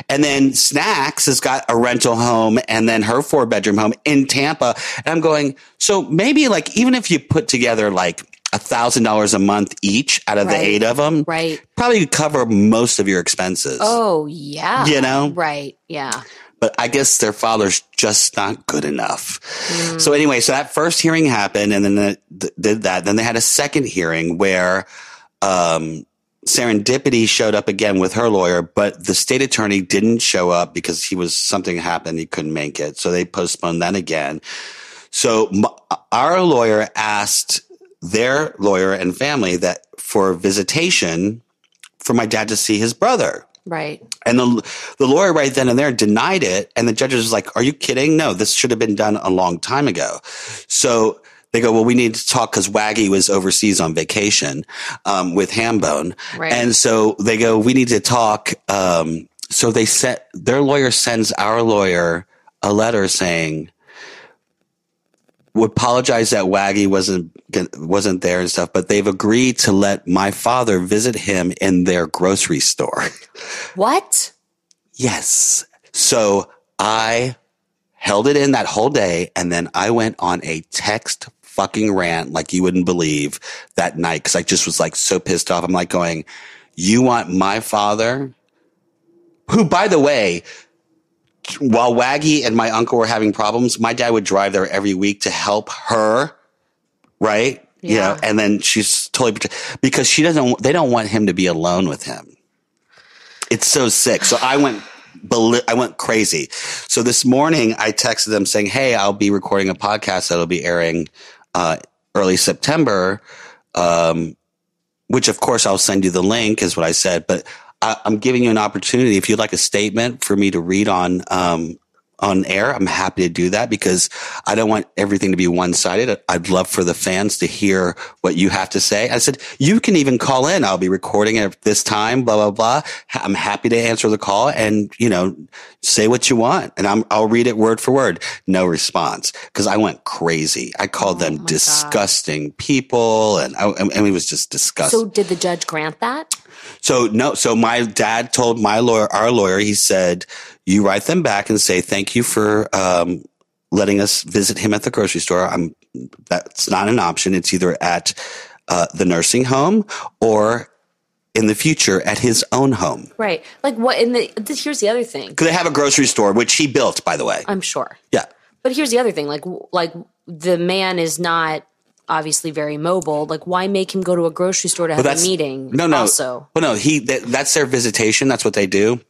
S5: and then Snacks has got a rental home and then her four bedroom home in Tampa. And I'm going, so maybe like, even if you put together like, a thousand dollars a month each out of the
S3: Right.
S5: eight of them,
S3: Right.
S5: Probably could cover most of your expenses.
S3: Oh yeah.
S5: You know?
S3: Right. Yeah.
S5: but I guess their father's just not good enough. So anyway, so that first hearing happened, and then it th- did that. Then they had a second hearing where um, Serendipity showed up again with her lawyer, but the state attorney didn't show up because he was something happened he couldn't make it, so they postponed that again. So m- our lawyer asked their lawyer and family that for visitation for my dad to see his brother.
S3: Right.
S5: And the the lawyer right then and there denied it, and the judge was like, "Are you kidding? No, this should have been done a long time ago." So they go, "Well, we need to talk because Waggy was overseas on vacation um, with Hambone,
S3: Right.
S5: and so they go, "We need to talk." Um, so they set their lawyer sends our lawyer a letter saying, "We apologize that Waggy wasn't wasn't there and stuff, but they've agreed to let my father visit him in their grocery store."
S3: What?
S5: Yes. So I held it in that whole day and then I went on a text fucking rant like you wouldn't believe that night because I just was like so pissed off. I'm like going, you want my father? Who, by the way, while Waggy and my uncle were having problems, my dad would drive there every week to help her, right? You know,
S3: Yeah.
S5: and then she's totally prote- because she doesn't. They don't want him to be alone with him. It's so sick. So I went. beli- I went crazy. So this morning I texted them saying, "Hey, I'll be recording a podcast that'll be airing uh, early September." Um, which of course I'll send you the link is what I said, but I, I'm giving you an opportunity. If you'd like a statement for me to read on, um, on air, I'm happy to do that because I don't want everything to be one sided. I'd love for the fans to hear what you have to say. I said, you can even call in. I'll be recording at this time, blah, blah, blah. Ha- I'm happy to answer the call and, you know, say what you want and I'm, I'll read it word for word. No response because I went crazy. I called them disgusting people and I, and it was just disgusting.
S3: So did the judge grant that?
S5: So no, so my dad told my lawyer, our lawyer, he said, you write them back and say, thank you for, um, letting us visit him at the grocery store. I'm, that's not an option. It's either at, uh, the nursing home or in the future at his own home.
S3: Right. Like what in the this, here's the other thing.
S5: Cause they have a grocery store, which he built, by the way.
S3: I'm sure.
S5: yeah.
S3: But here's the other thing. Like w- like the man is not obviously very mobile. Like why make him go to a grocery store to have a meeting?
S5: No, no.
S3: Also.
S5: well, no. He that, that's their visitation. That's what they do.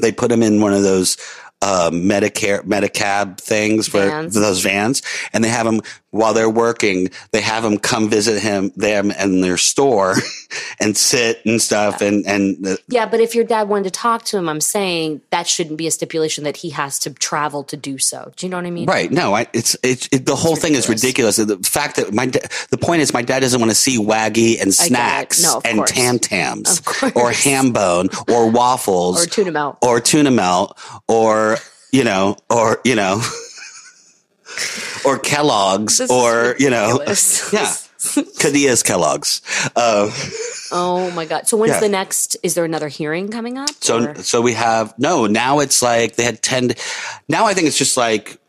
S5: They put him in one of those uh, Medicare Medicab things for
S3: Vans.
S5: those vans, and they have him while they're working. They have him come visit him them in their store and sit and stuff. And and uh,
S3: Yeah, but if your dad wanted to talk to him, I'm saying that shouldn't be a stipulation that he has to travel to do so. Do you know what I mean?
S5: right, no, I, it's it's it, the whole thing is ridiculous. The fact that my da- the point is my dad doesn't want to see waggy and
S3: get it.
S5: snacks
S3: No, of
S5: and
S3: course.
S5: tam tams
S3: Of course.
S5: or ham bone or waffles
S3: Or tune him out.
S5: or tuna melt or you know or you know or Kellogg's
S3: This is
S5: or you know
S3: ridiculous.
S5: yeah Cadilla's Kellogg's. Uh,
S3: Oh my god. So when's
S5: Yeah.
S3: the next is there another hearing coming up?
S5: so
S3: or-
S5: so we have no now it's like they had ten. Now I think it's just like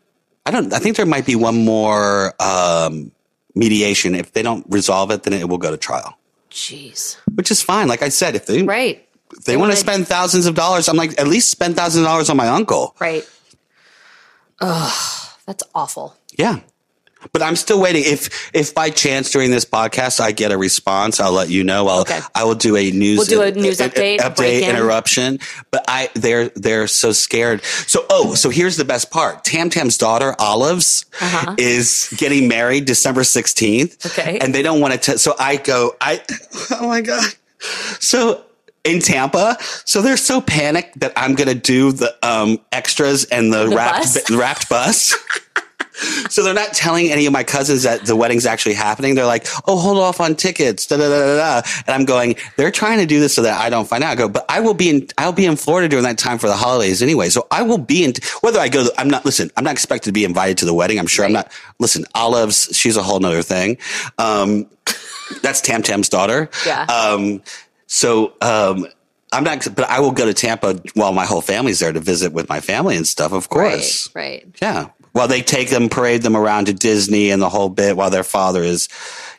S5: I don't. I think there might be one more um, mediation. If they don't resolve it, then it will go to trial,
S3: jeez.
S5: which is fine. Like I said, if they
S3: Right.
S5: if they want to
S3: wanna-
S5: spend thousands of dollars, I'm like at least spend thousands of dollars on my uncle.
S3: Right. Ugh, that's awful.
S5: Yeah. But I'm still waiting. If if by chance during this podcast I get a response, I'll let you know. I'll
S3: Okay.
S5: I will do a news
S3: We'll do a news update, break
S5: update
S3: in.
S5: interruption. But I they're they're so scared. So oh, so here's the best part. Tam Tam's daughter Olives is getting married December 16th.
S3: Uh-huh. Okay.
S5: And they don't want to so I go I oh my god. So in Tampa, so they're so panicked that I'm going to do the um extras and the, wrapped
S3: bus?
S5: bi- wrapped bus. So they're not telling any of my cousins that the wedding's actually happening. They're like, "Oh, hold off on tickets." Da da da da. da. And I'm going, "They're trying to do this so that I don't find out." I go, "But I will be in I'll be in Florida during that time for the holidays anyway. So I will be in whether I go. I'm not listen. I'm not expected to be invited to the wedding. I'm sure I'm not. Listen, Olives, she's a whole nother thing. Um, that's Tam Tam's daughter.
S3: Yeah.
S5: Um, so um, I'm not, but I will go to Tampa while my whole family's there to visit with my family and stuff. Of course.
S3: Right. Right.
S5: Yeah. While they take them, parade them around to Disney and the whole bit while their father is.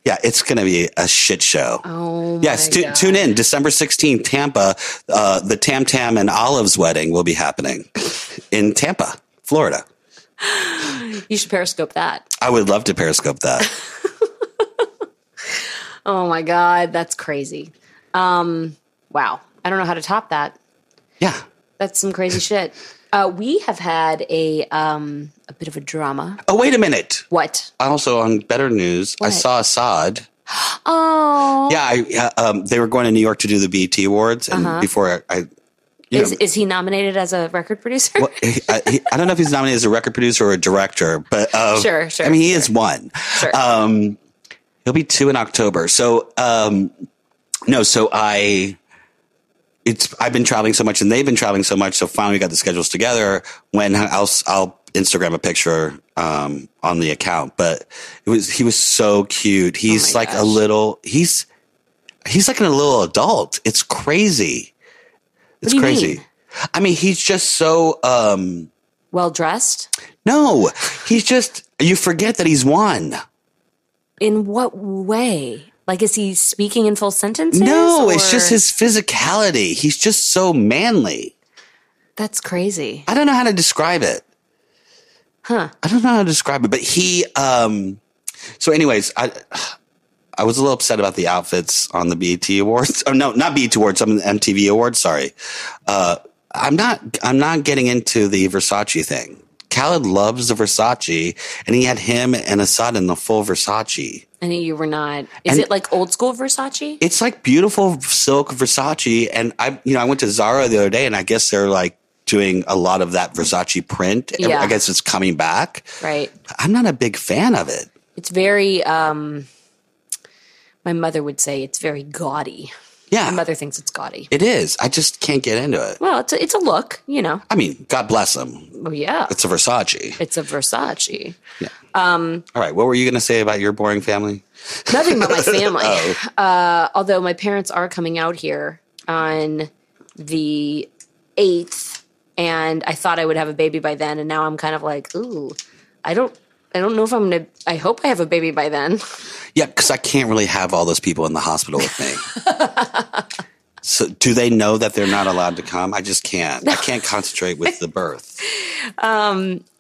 S5: Yeah, it's going to be a shit show.
S3: Oh
S5: Yes,
S3: my
S5: tu-
S3: God.
S5: tune in December 16th, Tampa. Uh, the Tam Tam and Olive's wedding will be happening in Tampa, Florida.
S3: You should periscope that.
S5: I would love to periscope that.
S3: Oh my god, that's crazy. Um wow. I don't know how to top that.
S5: Yeah.
S3: That's some crazy shit. Uh we have had a um a bit of a drama.
S5: Oh, wait a minute.
S3: What?
S5: Also, on better news, I
S3: What?
S5: saw Assad.
S3: Oh.
S5: Yeah, I, uh, um, they were going to New York to do the BET Awards, and
S3: Uh-huh.
S5: before I, I you
S3: Is
S5: know,
S3: is he nominated as a record producer?
S5: Well, he- I, he, I don't know if he's nominated as a record producer or a director, but uh,
S3: Sure, sure,
S5: I mean, he is one.
S3: Sure.
S5: Um, he'll be two in October. So um, no, so I. It's I've been traveling so much, and they've been traveling so much. So finally, we got the schedules together. When I'll I'll Instagram a picture um, on the account, but it was he was so cute. He's
S3: Oh my
S5: like a
S3: gosh.
S5: little he's he's like a little adult. It's crazy. It's
S3: do you
S5: crazy.
S3: mean?
S5: I mean, he's just so um
S3: well dressed?
S5: no, he's just you forget that he's one.
S3: In what way? Like, is he speaking in full sentences?
S5: No, it's
S3: or-
S5: just his physicality. He's just so manly.
S3: That's crazy.
S5: I don't know how to describe it. Huh. I don't know how to describe it, but he um so anyways, I I was a little upset about the outfits on the BET Awards. Oh no, not BET Awards, I'm the MTV Awards, sorry. Uh I'm not I'm not getting into the Versace thing. Khaled loves the Versace and he had him and Assad in the full Versace.
S3: I knew you were not. Is
S5: And-
S3: it like old school Versace?
S5: It's like beautiful silk Versace and I you know, I went to Zara the other day and I guess they're like doing a lot of that Versace print.
S3: Yeah.
S5: I guess it's coming back.
S3: right.
S5: I'm not a big fan of it.
S3: It's very um my mother would say it's very gaudy.
S5: Yeah.
S3: My mother thinks it's gaudy.
S5: It is. I just can't get into it.
S3: Well, it's a, it's a look, you know.
S5: I mean, God bless them.
S3: Well, yeah.
S5: It's a Versace.
S3: It's a Versace.
S5: All right. What were you going to say about your boring family?
S3: Nothing but my family.
S5: Oh.
S3: uh, although my parents are coming out here on the 8th and I thought I would have a baby by then and now I'm kind of like, ooh, I don't I don't know if I'm going to I hope I have a baby by then.
S5: Yeah, because I can't really have all those people in the hospital with me. so, do they know that they're not allowed to come? I just can't. I can't concentrate with the birth.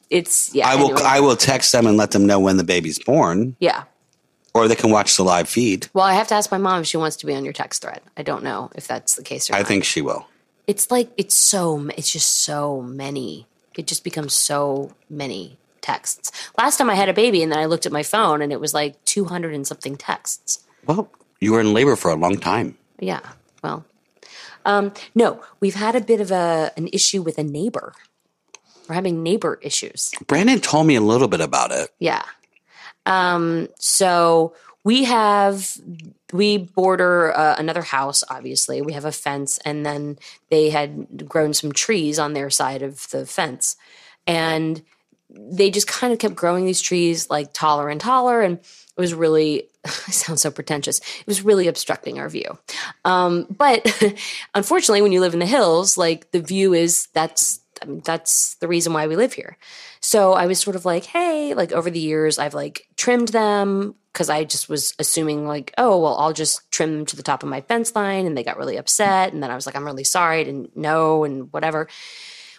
S3: It's yeah.
S5: I will.
S3: anyway.
S5: I will text them and let them know when the baby's born,
S3: yeah.
S5: or they can watch the live feed.
S3: Well, I have to ask my mom if she wants to be on your text thread. I don't know if that's the case or
S5: I
S3: not.
S5: think she will.
S3: it's like it's so m- it's just so many. It just becomes so many texts. Last time I had a baby and then I looked at my phone and it was like 200 and something texts.
S5: Well, you were in labor for a long time.
S3: Yeah. Well, um, no, we've had a bit of a an issue with a neighbor. We're having neighbor issues.
S5: Brandon told me a little bit about it.
S3: Yeah. Um, so we have we border uh, another house obviously we have a fence and then they had grown some trees on their side of the fence and they just kind of kept growing these trees like taller and taller and it was really I sound so pretentious. It was really obstructing our view. Um, but unfortunately, when you live in the hills, like the view is that's I mean, that's the reason why we live here. So I was sort of like, hey, like over the years, I've like trimmed them because I just was assuming like, oh, well, I'll just trim them to the top of my fence line, and they got really upset, and then I was like, I'm really sorry, I didn't know, and whatever.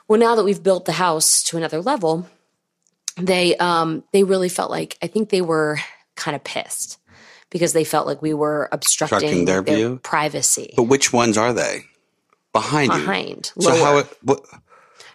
S3: Well, now that we've built the house to another level, they um they really felt like I think they were kind of pissed because they felt like we were obstructing,
S5: Obstructing their view?
S3: privacy
S5: But which ones are they? Behind, you.
S3: behind.
S5: So
S3: lower.
S5: how? It, what,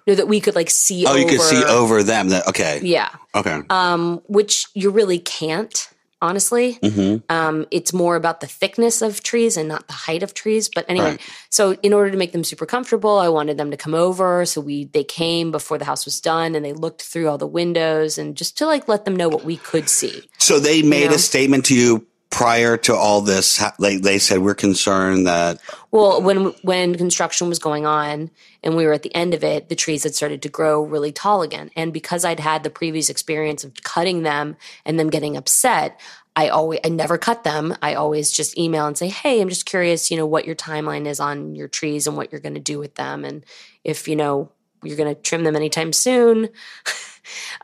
S3: no, that we could like see.
S5: Oh, you could see over them. That okay.
S3: Yeah, Uh, Um,
S5: Okay.
S3: which you really can't. Honestly,
S5: Mm-hmm.
S3: um, it's more about the thickness of trees and not the height of trees. But anyway,
S5: Right.
S3: so in order to make them super comfortable, I wanted them to come over. So we they came before the house was done, and they looked through all the windows and just to like let them know what we could see.
S5: so they made
S3: know.
S5: a statement to you prior to all this. ha- They they said we're concerned that
S3: Well, when when construction was going on and we were at the end of it, the trees had started to grow really tall again. And because I'd had the previous experience of cutting them and them getting upset, I always I never cut them. I always just email and say, "Hey, I'm just curious, you know, what your timeline is on your trees and what you're going to do with them and if, you know, you're going to trim them anytime soon."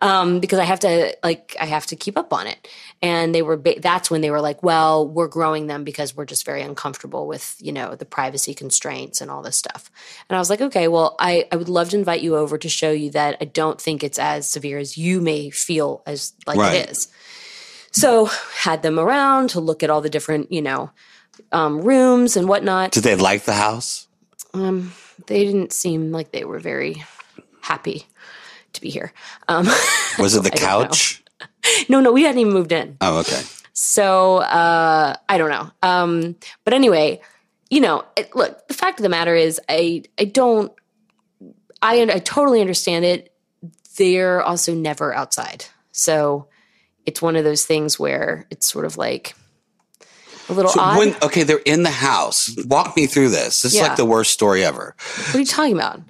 S3: um, because I have to like I have to keep up on it. And they were ba- that's when they were like, well, we're growing them because we're just very uncomfortable with you know the privacy constraints and all this stuff. And I was like, okay, well, I I would love to invite you over to show you that I don't think it's as severe as you may feel as like
S5: Right.
S3: it is. So had them around to look at all the different you know um, rooms and whatnot. Um,
S5: did they like the house?
S3: They didn't seem like they were very happy to be here. Um,
S5: Was it the
S3: don't know.
S5: couch?
S3: no, no, we hadn't even moved in.
S5: Oh, okay.
S3: So uh, I don't know. Um, but anyway, you know, it, look, the fact of the matter is, I I don't. I I totally understand it. They're also never outside, so it's one of those things where it's sort of like a little
S5: So
S3: odd.
S5: when okay, they're in the house. Walk me through this. This is
S3: Yeah.
S5: like the worst story ever.
S3: what are you talking about?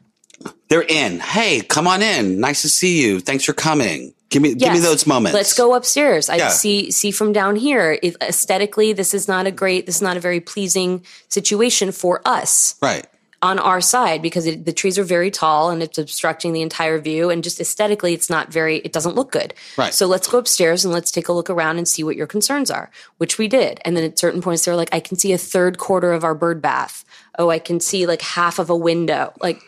S5: They're in. Hey, come on in. Nice to see you. Thanks for coming. Give me give me
S3: Yes.
S5: those moments.
S3: Let's go upstairs. I
S5: Yeah.
S3: see see from down here. If aesthetically, this is not a great. This is not a very pleasing situation for us.
S5: Right.
S3: on our side because it, the trees are very tall and it's obstructing the entire view and just aesthetically it's not very it doesn't look good
S5: Right.
S3: so let's go upstairs and let's take a look around and see what your concerns are which we did and then at certain points they were like i can see a third quarter of our bird bath oh i can see like half of a window like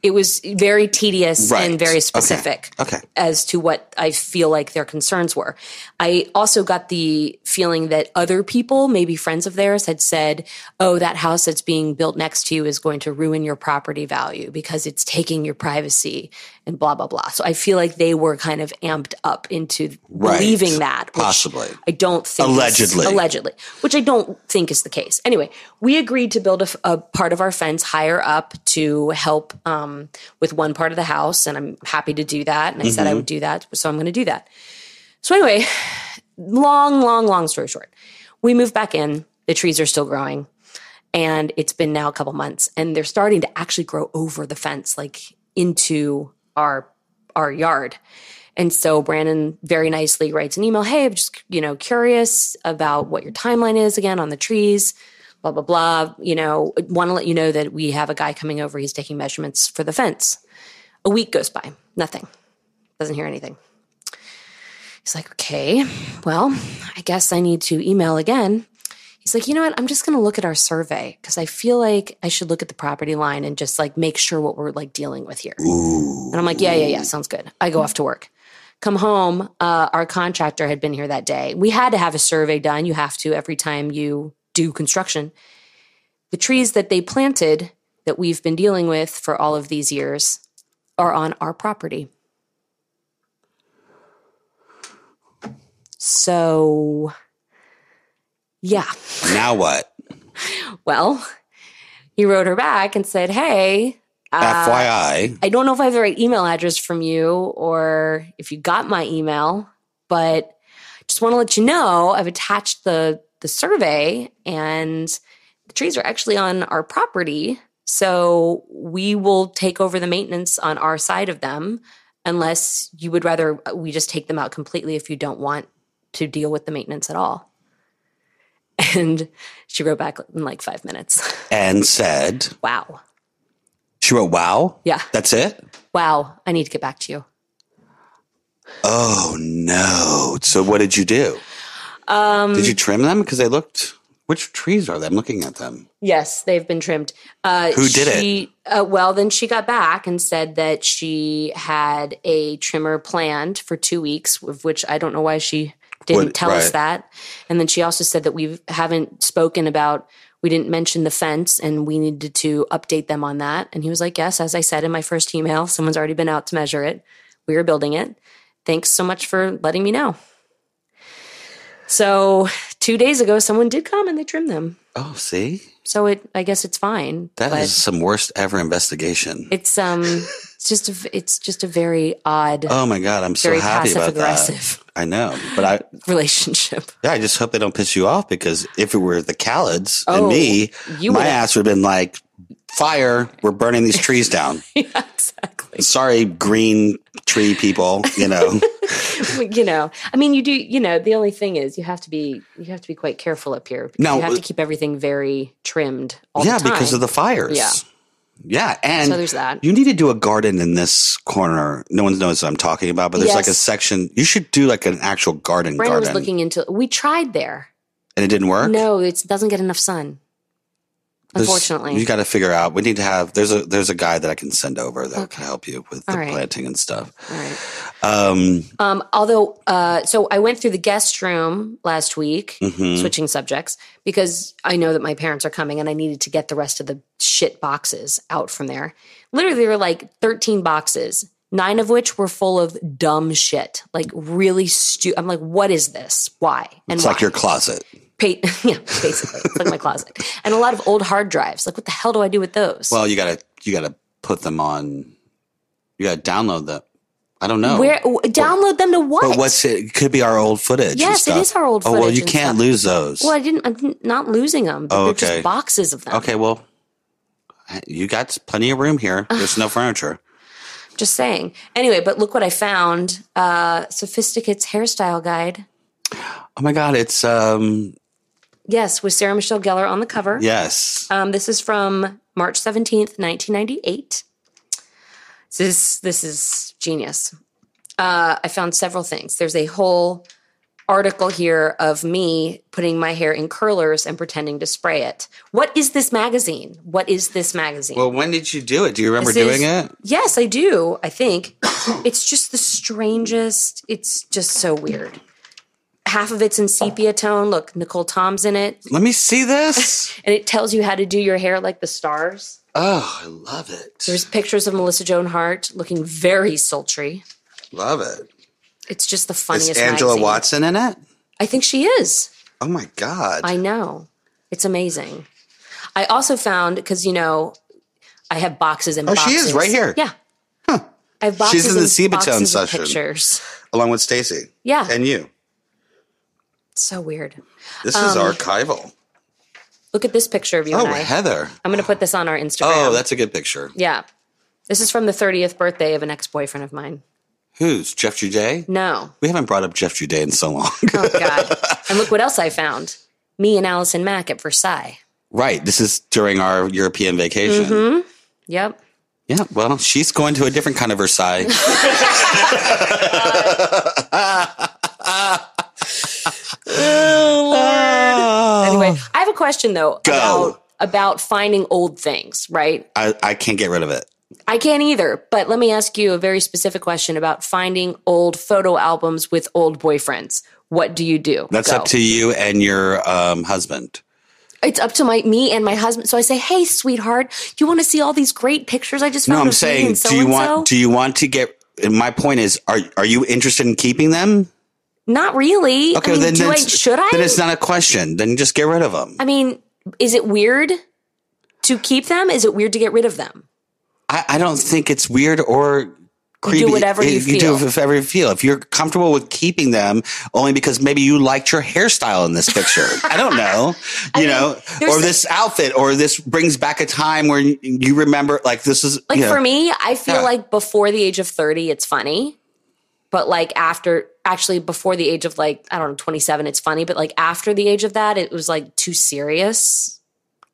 S3: it was very tedious
S5: Right.
S3: and very
S5: Okay.
S3: specific
S5: Okay.
S3: as to what I feel like their concerns were. I also got the feeling that other people, maybe friends of theirs, had said, Oh, that house that's being built next to you is going to ruin your property value because it's taking your privacy and blah, blah, blah. So I feel like they were kind of amped up into
S5: Right.
S3: believing that. which
S5: Possibly.
S3: I don't think. is-
S5: Allegedly.
S3: allegedly, which I don't think is the case. Anyway, we agreed to build a, f- a part of our fence higher up to help um, with one part of the house, and I'm happy to do that. And I said I would do that, so I'm going to do that. So anyway, long, long, long story short, we moved back in. The trees are still growing, and it's been now a couple months, and they're starting to actually grow over the fence, like into our our yard. And so Brandon very nicely writes an email, "Hey, I'm just you know curious about what your timeline is again on the trees, blah blah blah. You know, want to let you know that we have a guy coming over. He's taking measurements for the fence. A week goes by, nothing. Doesn't hear anything. He's like, okay, well, I guess I need to email again. He's like, you know what? I'm just going to look at our survey because I feel like I should look at the property line and just like make sure what we're like dealing with here. And I'm like, yeah, yeah, yeah, sounds good. I go off to work. Come home. Uh, our contractor had been here that day. We had to have a survey done. You have to every time you do construction. The trees that they planted that we've been dealing with for all of these years are on our property. So, yeah.
S5: Now what?
S3: Well, he wrote her back and said, Hey,
S5: FYI.
S3: I don't know if I have the right email address from you or if you got my email, but just want to let you know I've attached the the survey and the trees are actually on our property, so we will take over the maintenance on our side of them unless you would rather uh, we just take them out completely if you don't want to deal with the maintenance at all. And she wrote back in like 5 minutes.
S5: And said,
S3: Wow.
S5: she wrote, wow.
S3: Yeah.
S5: That's it?
S3: Wow, I need to get back to you.
S5: Oh, no. So what did you do? Um, did you trim them? Because they looked, which trees are they? I'm looking at them.
S3: Yes, they've been trimmed. Uh,
S5: Who did it?
S3: she, Uh, well, then she got back and said that she had a trimmer planned for two weeks, of which I don't know why she didn't
S5: What-
S3: tell us
S5: right.
S3: that. And then she also said that we haven't spoken about, we didn't mention the fence and we needed to update them on that. And he was like, Yes, as I said in my first email, someone's already been out to measure it. We are building it. Thanks so much for letting me know. So, two days ago, someone did come and they trimmed them.
S5: Oh, see?
S3: So it, I guess it's fine.
S5: that is
S3: but
S5: some worst ever investigation.
S3: it's um, it's just a, v- it's just a very odd
S5: Oh my god, I'm so
S3: Very
S5: happy about
S3: passive-aggressive.
S5: that. I know, but I
S3: relationship.
S5: yeah, I just hope they don't piss you off because if it were the Calids
S3: Oh,
S5: and me,
S3: you
S5: my
S3: would've-
S5: ass would have been like, "Fire! We're burning these trees down."
S3: yeah, exactly.
S5: Sorry, green tree people. You know,
S3: You know, I mean, you do. You know, the only thing is you have to be you have to be quite careful up here. because
S5: Now- uh,
S3: you have to keep everything very trimmed. All
S5: yeah,
S3: the time.
S5: because of the fires.
S3: Yeah.
S5: Yeah, and
S3: So there's that.
S5: you need to do a garden in this corner. No one knows what I'm talking about, but there's like a
S3: Yes.
S5: section. You should do like an actual garden
S3: Brandon was
S5: garden,
S3: looking into. We tried there.
S5: and it didn't work.
S3: No, it doesn't get enough sun.
S5: There's-
S3: Unfortunately,
S5: you got to figure out. We need to have. There's a there's a guy that I can send over that
S3: Okay.
S5: can help you with the
S3: All right.
S5: planting and stuff.
S3: All right.
S5: Um,
S3: Um, although, uh, so I went through the guest room last week,
S5: Mm-hmm.
S3: switching subjects, because I know that my parents are coming and I needed to get the rest of the shit boxes out from there. Literally, there were like 13 boxes, nine of which were full of dumb shit, like really stupid. I'm like, what is this? Why? And
S5: it's
S3: why?
S5: like your closet.
S3: Pa- yeah, basically, it's like my closet and a lot of old hard drives. Like, what the hell do I do with those?
S5: Well, you gotta you gotta put them on. You gotta download them. I don't know.
S3: Where w- download them to what?
S5: but what's it? it Could be our old footage. and
S3: Yes, it
S5: stuff.
S3: is our old
S5: Oh well,
S3: footage
S5: you
S3: and
S5: can't
S3: stuff.
S5: lose those.
S3: well, I didn't. I'm not losing them. But
S5: Oh,
S3: they're
S5: okay.
S3: just boxes of them.
S5: Okay, well, you got plenty of room here. There's no furniture.
S3: Just saying. Anyway, but look what I found. Uh Sophisticate's hairstyle guide.
S5: Oh my god, it's um
S3: Yes, with Sarah Michelle Gellar on the cover.
S5: yes.
S3: Um, this is from March 17th, 1998. This is this is genius. Uh, I found several things. There's a whole article here of me putting my hair in curlers and pretending to spray it. What is this magazine? What is this magazine?
S5: Well, when did you do it? Do you remember
S3: This
S5: doing
S3: is-
S5: it?
S3: Yes, I do. I think it's just the strangest. It's just so weird. Half of it's in sepia tone. Look, Nicole Tom's in it,
S5: Let me see this.
S3: and it tells you how to do your hair like the stars.
S5: oh, I love it.
S3: There's pictures of Melissa Joan Hart looking very sultry.
S5: love it.
S3: It's just the
S5: Is
S3: funniest.
S5: Angela
S3: magazine.
S5: Watson in it?
S3: I think she is.
S5: Oh my god.
S3: I know. It's amazing. I also found because you know I have boxes and
S5: Oh,
S3: boxes.
S5: she is right here.
S3: Yeah. I have boxes
S5: She's in the
S3: and
S5: Sebatown
S3: boxes of
S5: session.
S3: pictures.
S5: Along with Stacy.
S3: Yeah.
S5: And you.
S3: So weird.
S5: This is archival.
S3: Look at this picture of you
S5: Oh,
S3: and Um, I.
S5: Heather.
S3: I'm going to put this on our Instagram.
S5: Oh, that's a good picture.
S3: yeah. This is from the 30th birthday of an ex-boyfriend of mine.
S5: Who's Jeff Juday?
S3: No.
S5: We haven't brought up Jeff Juday in so long.
S3: Oh god. and look what else I found. Me and Allison Mack at Versailles.
S5: right. This is during our European vacation.
S3: Mm-hmm. Yep.
S5: Yeah. Well, she's going to a different kind of Versailles.
S3: Anyway, I have a question though
S5: Oh. Go.
S3: about about finding old things, right?
S5: I, I can't get rid of it.
S3: I can't either, but let me ask you a very specific question about finding old photo albums with old boyfriends. What do you do?
S5: That's
S3: Go.
S5: up to you and your um, husband.
S3: It's up to my me and my husband. So I say, "Hey, sweetheart, you want to see all these great pictures I just found?"
S5: No, I'm
S3: of me
S5: saying,
S3: and
S5: do you
S3: so-and-so?"
S5: want do you want to get? And my point is, are are you interested in keeping them?
S3: Not really. I mean, do I,
S5: it's-
S3: should I?
S5: Then it's not a question. Then just get rid of them.
S3: I mean, is it weird to keep them? Is it weird to get rid of them?
S5: I, I don't think it's weird or creepy.
S3: whatever you
S5: If do
S3: feel.
S5: whatever you feel. If you're comfortable with keeping them, only because maybe you liked your hairstyle in this picture. I don't know. You know,
S3: there's
S5: or
S3: a-
S5: this outfit, or this brings back a time where you, you remember. Like this is
S3: Like
S5: you know,
S3: for me, I feel
S5: Yeah.
S3: like before the age of 30, it's funny. But like after, actually, before the age of like, I don't know, 27, it's funny. But like after the age of that, it was like too serious.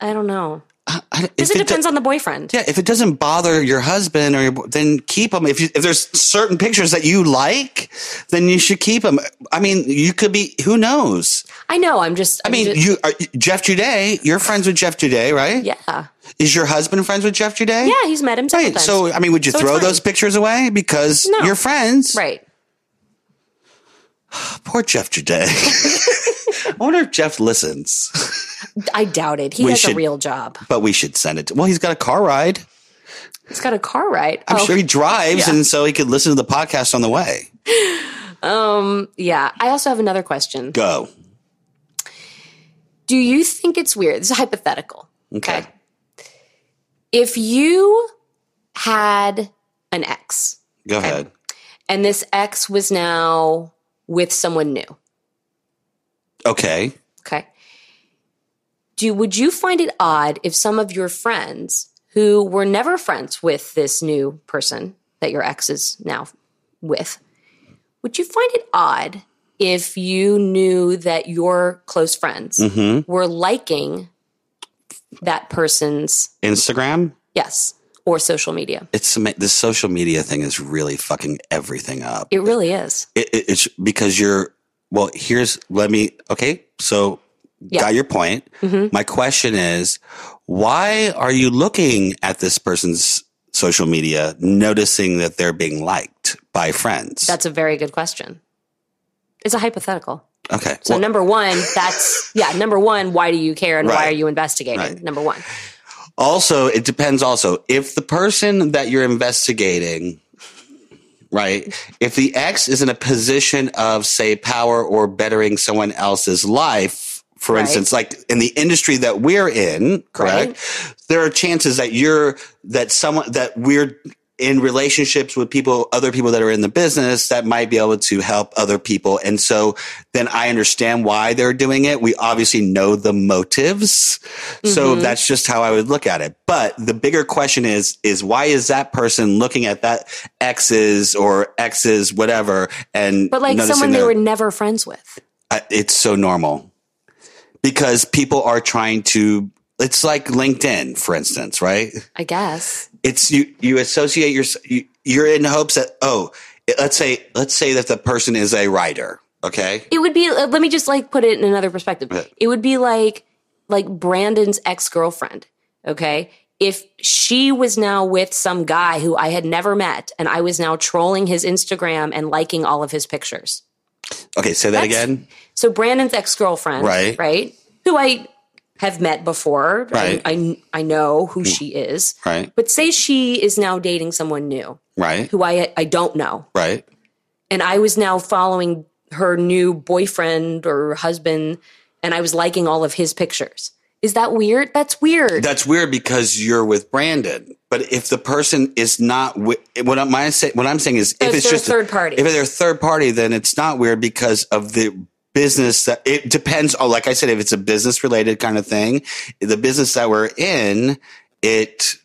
S3: I don't know.
S5: I-
S3: Because
S5: if
S3: it
S5: it do-
S3: depends on the boyfriend.
S5: Yeah, if it doesn't bother your husband or your, bo- then keep them. If you, if there's certain pictures that you like, then you should keep them. I mean, you could be who knows.
S3: I know. I'm just.
S5: I mean, you are, Jeff Juday. You're friends with Jeff Juday, right?
S3: yeah.
S5: Is your husband friends with Jeff Juday?
S3: Yeah, he's met him several
S5: Right.
S3: times.
S5: So, I mean, would you
S3: So it's
S5: throw
S3: fine.
S5: those pictures away because
S3: No.
S5: you're friends?
S3: right.
S5: Poor Jeff Juday. I wonder if Jeff listens.
S3: I doubt it. He
S5: We
S3: has a
S5: should-
S3: real job.
S5: But we should send it. To, well, he's got a car ride.
S3: He's got a car ride.
S5: I'm
S3: oh,
S5: sure he drives,
S3: Yeah.
S5: and so he could listen to the podcast on the way.
S3: Um, yeah. I also have another question.
S5: Go.
S3: Do you think it's weird? This is hypothetical.
S5: Okay.
S3: If you had an ex
S5: Go ahead.
S3: and this ex was now with someone new,
S5: Okay.
S3: okay? Do would you find it odd if some of your friends who were never friends with this new person that your ex is now with, would you find it odd if you knew that your close friends
S5: Mm-hmm.
S3: were liking that person's
S5: Instagram.
S3: Yes. Or social media.
S5: It's ama- this social media thing is really fucking everything up.
S3: It really is.
S5: It, it, it's because you're. Well, here's let me. Okay, so got your point. My question is, why are you looking at this person's social media, noticing that they're being liked by friends?
S3: That's a very good question. It's a hypothetical.
S5: okay.
S3: So
S5: well,
S3: number one, that's yeah. Number one, why do you care and why
S5: Right.
S3: are you investigating?
S5: Right.
S3: Number one,
S5: also, it depends. Also, if the person that you're investigating. Right. If the ex is in a position of, say, power or bettering someone else's life, for
S3: Right.
S5: instance, like in the industry that we're in, correct? There are chances that you're, that someone, that we're in relationships with people, other people that are in the business that might be able to help other people. And so then I understand why they're doing it. We obviously know the motives.
S3: Mm-hmm.
S5: So that's just how I would look at it. But the bigger question is, is why is that person looking at that exes or exes, whatever, and
S3: but like
S5: noticing
S3: someone they
S5: their-
S3: were never friends with.
S5: I- it's so normal because people are trying to. It's like LinkedIn, for instance, right?
S3: I guess
S5: It's you. You associate your. you- You're in hopes that oh, let's say let's say that the person is a writer. Okay.
S3: It would be. uh, Let me just like put it in another perspective. It would be like like Brandon's ex girlfriend. Okay, if she was now with some guy who I had never met, and I was now trolling his Instagram and liking all of his pictures.
S5: Okay. Say that
S3: That's-
S5: again.
S3: So Brandon's ex girlfriend,
S5: Right.
S3: right, who I have met before,
S5: Right. Mm.
S3: I, I I know who she is,
S5: Right.
S3: But say she is now dating someone new
S5: Right.
S3: who I I don't know,
S5: Right.
S3: and I was now following her new boyfriend or husband, and I was liking all of his pictures. Is that weird? That's weird.
S5: That's weird because you're with Brandon. But if the person is not, wi- what I'm my say, what I'm saying is, if
S3: it's
S5: it's
S3: their
S5: just
S3: third party.
S5: if they're third party, then it's not weird because of the business that it depends. Oh, like I said, if it's a business related kind of thing, the business that we're in, it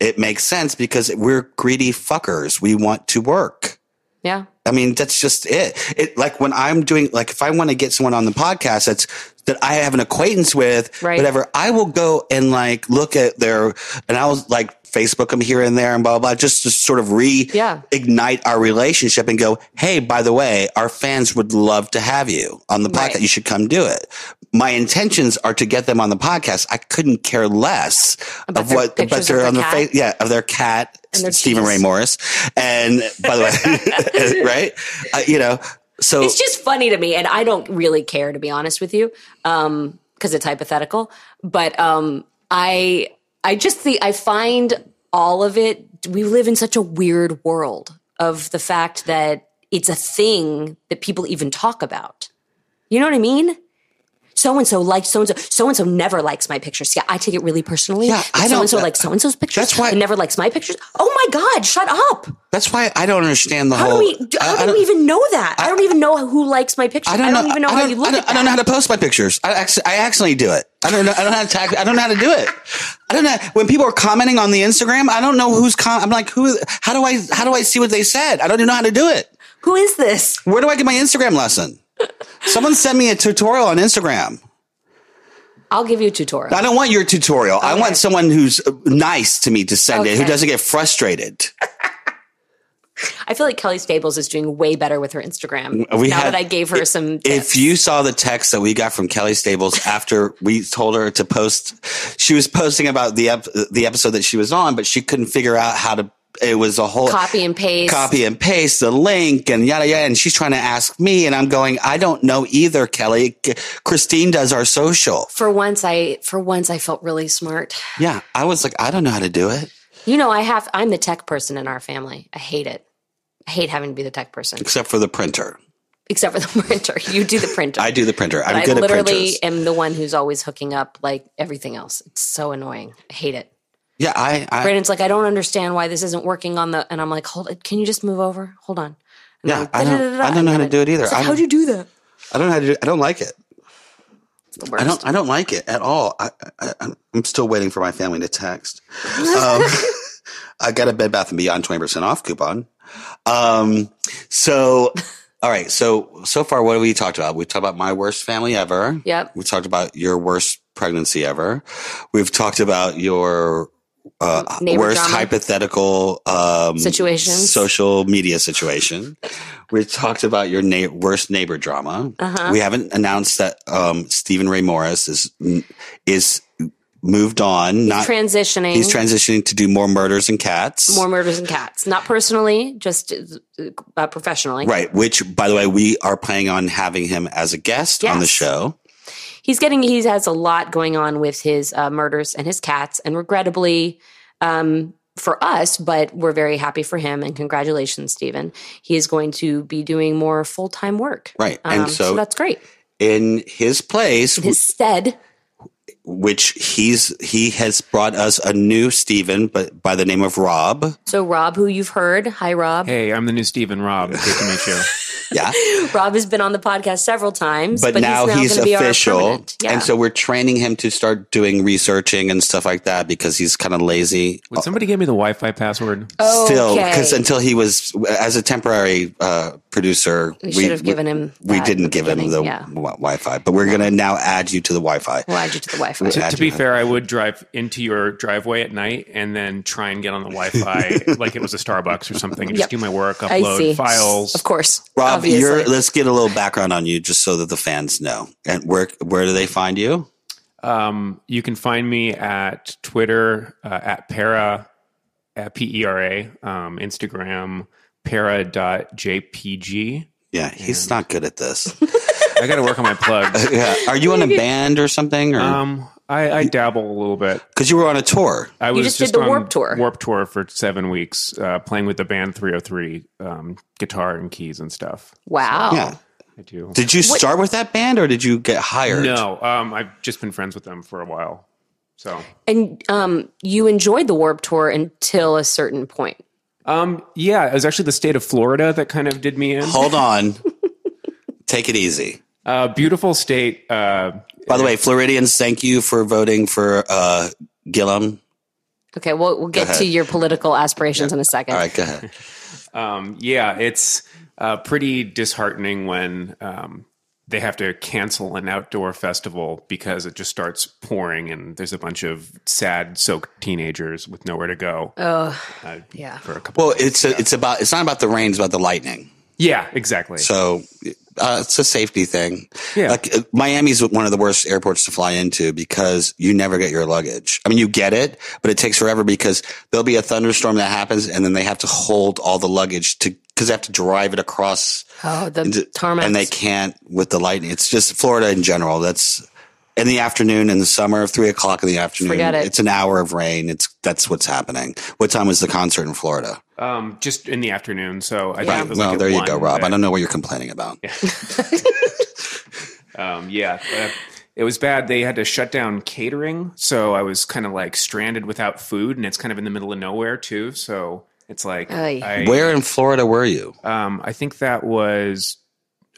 S5: it makes sense because we're greedy fuckers. We want to work.
S3: yeah.
S5: I mean, that's just it. It like when I'm doing like if I want to get someone on the podcast that's that I have an acquaintance with,
S3: Right.
S5: whatever, I will go and like look at their and I'll like Facebook them here and there and blah blah, blah just to sort of re
S3: Yeah.
S5: ignite our relationship and go, hey, by the way, our fans would love to have you on the podcast.
S3: Right.
S5: You should come do it. My intentions are to get them on the podcast. I couldn't care less of
S3: their
S5: what, but
S3: pictures of
S5: they're
S3: their
S5: on the
S3: cat?
S5: face, yeah, of their cat,
S3: And their
S5: Stephen
S3: cheese.
S5: Ray Morris. And by the way, right? Uh, you know, so
S3: It's just funny to me, and I don't really care to be honest with you, because it's hypothetical. But um, I, I just think I find all of it. We live in such a weird world of the fact that it's a thing that people even talk about. You know what I mean? So and so likes so and so. So and so never likes my pictures. Yeah, I take it really personally.
S5: Yeah, I
S3: So
S5: don't- uh,
S3: and so likes so and so's pictures.
S5: That's why-
S3: and never likes my pictures. Oh my god! Shut up.
S5: that's why I don't understand the
S3: How
S5: whole.
S3: do we? do-
S5: I-
S3: How
S5: I
S3: do
S5: don't-
S3: we even know that? I, don't even know who likes my pictures. I don't, even know
S5: I
S3: how
S5: don't-
S3: you look
S5: I don't,
S3: at that.
S5: I don't know how to post my pictures. I actually, I accidentally do it. I don't know. I don't know how to tag. I don't know how to do it. I don't know when people are commenting on the Instagram. I don't know who's. Com- I'm like, who? How do I? How do I see what they said? I don't even know how to do it.
S3: Who is this?
S5: Where do I get my Instagram lesson? Someone sent me a tutorial on Instagram.
S3: I'll give you a tutorial.
S5: I don't want your tutorial. I want someone who's uh, nice to me to send it, who
S3: Okay.
S5: doesn't get frustrated.
S3: I feel like Kelly Stables is doing way better with her Instagram
S5: We
S3: now
S5: had-
S3: that I gave her some. tips.
S5: If you saw the text that we got from Kelly Stables after we told her to post, she was posting about the ep- the episode that she was on, but she couldn't figure out how to. It was a whole
S3: copy and paste,
S5: copy and paste the link and yada yada. And she's trying to ask me, and I'm going, I don't know either, Kelly. K- Christine does our social.
S3: for once, I for once I felt really smart.
S5: Yeah, I was like, I don't know how to do it,
S3: You know, I have. I'm the tech person in our family. I hate it. I hate having to be the tech person,
S5: except for the printer.
S3: except for the printer. You do the printer.
S5: I do the printer.
S3: But
S5: I'm
S3: I
S5: good at printers.
S3: literally am the one who's always hooking up like everything else. It's so annoying. I hate it.
S5: Yeah, I. I
S3: Brandon's like, I don't understand why this isn't working on the. And I'm like, hold it. Can you just move over? Hold on. And
S5: yeah,
S3: I'm-
S5: I don't. I don't know how to do it either. I don't-
S3: How'd you do that?
S5: I don't know how to do. I don't like it.
S3: It's the
S5: I
S3: worst.
S5: don't. I don't like it at all. I, I, I'm- I'm still waiting for my family to text. Um, I got a Bed Bath and Beyond twenty percent off coupon. Um, so, all right. So so far, what have we talked about? We talked about my worst family ever.
S3: Yep.
S5: We talked about your worst pregnancy ever. We've talked about your uh,
S3: Neighbor
S5: worst
S3: drama.
S5: hypothetical um,
S3: Situation.
S5: social media situation. we talked about your na- worst neighbor drama.
S3: Uh-huh.
S5: We haven't announced that um, Stephen Ray Morris is is moved on. Not
S3: Transitioning.
S5: he's transitioning to do more murders and cats.
S3: more murders and cats. Not personally, just uh, professionally.
S5: Right, which by the way, we are planning on having him as a guest on the
S3: Yes.
S5: show.
S3: He's getting. He has a lot going on with his uh, murders and his cats, and regrettably. Um, for us, but we're very happy for him and congratulations, Stephen. He is going to be doing more full time work.
S5: Right.
S3: Um,
S5: And
S3: so,
S5: so-
S3: that's great.
S5: In his place,
S3: His stead,
S5: which he's he has brought us a new Stephen, but by the name of Rob.
S3: So Rob, who you've heard, hi Rob.
S6: Hey, I'm the new Stephen Rob. Good to meet you.
S5: Yeah.
S3: Rob has been on the podcast several times,
S5: but, now he's,
S3: gonna be our
S5: official.
S3: permanent. Yeah.
S5: And so we're training him to start doing researching and stuff like that because he's kind of lazy.
S6: Would
S3: Oh,
S6: somebody give me the Wi-Fi password?
S5: Still,
S3: Okay.
S5: because until he was as a temporary uh, producer.
S3: We should have given him
S5: We
S3: that at
S5: didn't
S3: the
S5: give him
S3: beginning,
S5: the
S3: yeah.
S5: wi- Wi-Fi, but we're gonna now add you to the Wi-Fi.
S3: We'll add you to the Wi-Fi.
S5: To-
S6: To be fair, I would drive into your driveway at night and then try and get on the Wi-Fi like it was a Starbucks or something, and just
S3: Yep.
S6: do my work,
S3: I see.
S6: upload files.
S3: Of course,
S5: Rob,
S3: obviously.
S5: you're, let's get a little background on you, just so that the fans know. And where where do they find you?
S6: Um, you can find me at Twitter uh, at para at p e r a, um, Instagram para.jpg.
S5: Yeah, he's not good at this.
S6: I got to work on my plugs.
S5: yeah, are you in a band or something? Or
S6: Um, I, I dabble a little bit.
S5: because you were on a tour.
S6: I
S3: You
S6: was
S3: just did the
S6: on
S3: Warped Tour.
S6: Warped Tour for seven weeks, uh, playing with the band 303 um, guitar and keys and stuff.
S3: wow.
S5: Yeah.
S6: oh, I do.
S5: Did you start with that band or did you get hired?
S6: No, um, I've just been friends with them for a while. So,
S3: And um, you enjoyed the Warp Tour until a certain point.
S6: um, yeah, it was actually the state of Florida that kind of did me in.
S5: Hold on. Take it easy.
S6: Uh, beautiful state. Uh,
S5: By the way, Floridians, thank you for voting for uh, Gillum.
S3: Okay, we'll we'll get to your political aspirations in a second.
S5: All right, go ahead.
S6: um, yeah, it's uh, pretty disheartening when um, they have to cancel an outdoor festival because it just starts pouring and there's a bunch of sad, soaked teenagers with nowhere to go. Oh, uh,
S3: yeah.
S6: for a couple.
S5: Well, it's a, it's about it's not about the rain, it's about the lightning.
S6: yeah, exactly.
S5: So uh, it's a safety thing.
S6: Yeah.
S5: Like uh, Miami's one of the worst airports to fly into because you never get your luggage. I mean, you get it, but it takes forever because there'll be a thunderstorm that happens and then they have to hold all the luggage to because they have to drive it across
S3: Oh, the
S5: into-
S3: tarmac.
S5: and they can't with the lightning. It's just Florida in general. That's in the afternoon in the summer, three o'clock in the afternoon.
S3: Forget it.
S5: It's an hour of rain. It's that's what's happening. What time was the concert in Florida?
S6: Um, just in the afternoon. So I think it was
S5: well,
S6: like at
S5: there you
S6: one
S5: go, Rob.
S6: that-
S5: I don't know what you're complaining about.
S6: Um, yeah, uh, it was bad. They had to shut down catering, so I was kind of like stranded without food, and it's kind of in the middle of nowhere too. So it's like,
S3: Ay.
S6: I,
S5: Where in Florida were you?
S6: Um, I think that was,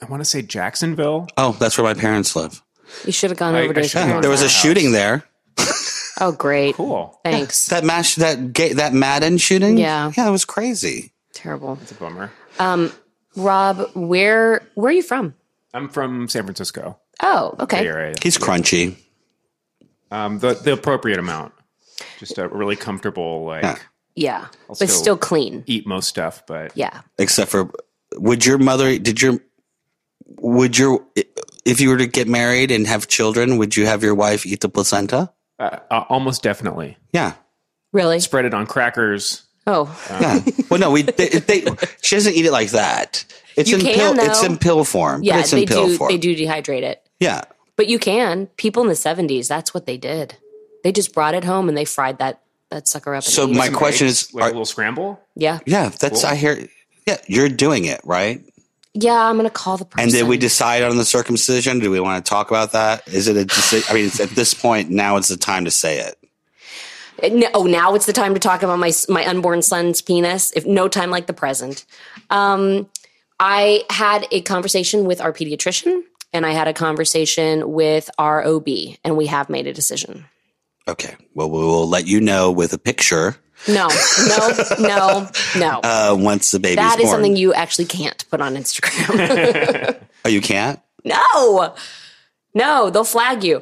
S6: I want to say Jacksonville.
S5: Oh, that's where my parents live.
S3: you should have gone
S6: I-
S3: over to.
S6: I
S3: his
S6: should've
S5: Yeah,
S6: gone
S3: parents'
S5: there was a
S6: House.
S5: shooting there.
S3: house. Oh, great!
S6: Cool.
S3: Thanks.
S5: That mash, that gay, that Madden shooting.
S3: Yeah.
S5: yeah, it was crazy.
S3: Terrible.
S6: It's a bummer.
S3: Rob, where where are you from?
S6: I'm from San Francisco
S3: Oh,
S6: Bay
S3: okay.
S6: Area.
S5: He's crunchy.
S6: Um, the the appropriate amount, just a really comfortable like
S5: Yeah.
S3: Yeah, but
S6: still-
S3: still clean.
S6: eat most stuff, but
S3: Yeah.
S5: except for would your mother did your would your if you were to get married and have children would you have your wife eat the placenta
S6: uh, uh, almost definitely
S5: yeah
S3: Really?
S6: spread it on crackers.
S3: Oh,
S5: yeah well no we they, they she doesn't eat it like that it's
S3: You
S5: in
S3: can,
S5: pill it's
S3: though.
S5: in pill form
S3: yeah.
S5: but it's in
S3: They
S5: pill
S3: do.
S5: form
S3: They do dehydrate it.
S5: yeah
S3: But you can. People in the seventies, that's what they did. They just brought it home and they fried that that sucker up. and
S5: so
S3: ate
S5: my
S3: it.
S5: question is
S6: like a
S5: are,
S6: little scramble.
S3: yeah,
S5: yeah that's i hear yeah you're doing it right
S3: yeah, I'm gonna call the person.
S5: and did we decide on the circumcision do we want to talk about that is it a decision i mean it's, at this point now it's the time to say it
S3: No, oh, now it's the time to talk about my my unborn son's penis. If no time like the present, um, I had a conversation with our pediatrician and I had a conversation with our OB, and we have made a decision.
S5: okay well we will let you know with a picture
S3: No, no, no, no.
S5: uh, once the baby's
S3: that
S5: born.
S3: is something you actually can't put on Instagram.
S5: oh, you can't.
S3: no, no, they'll flag you.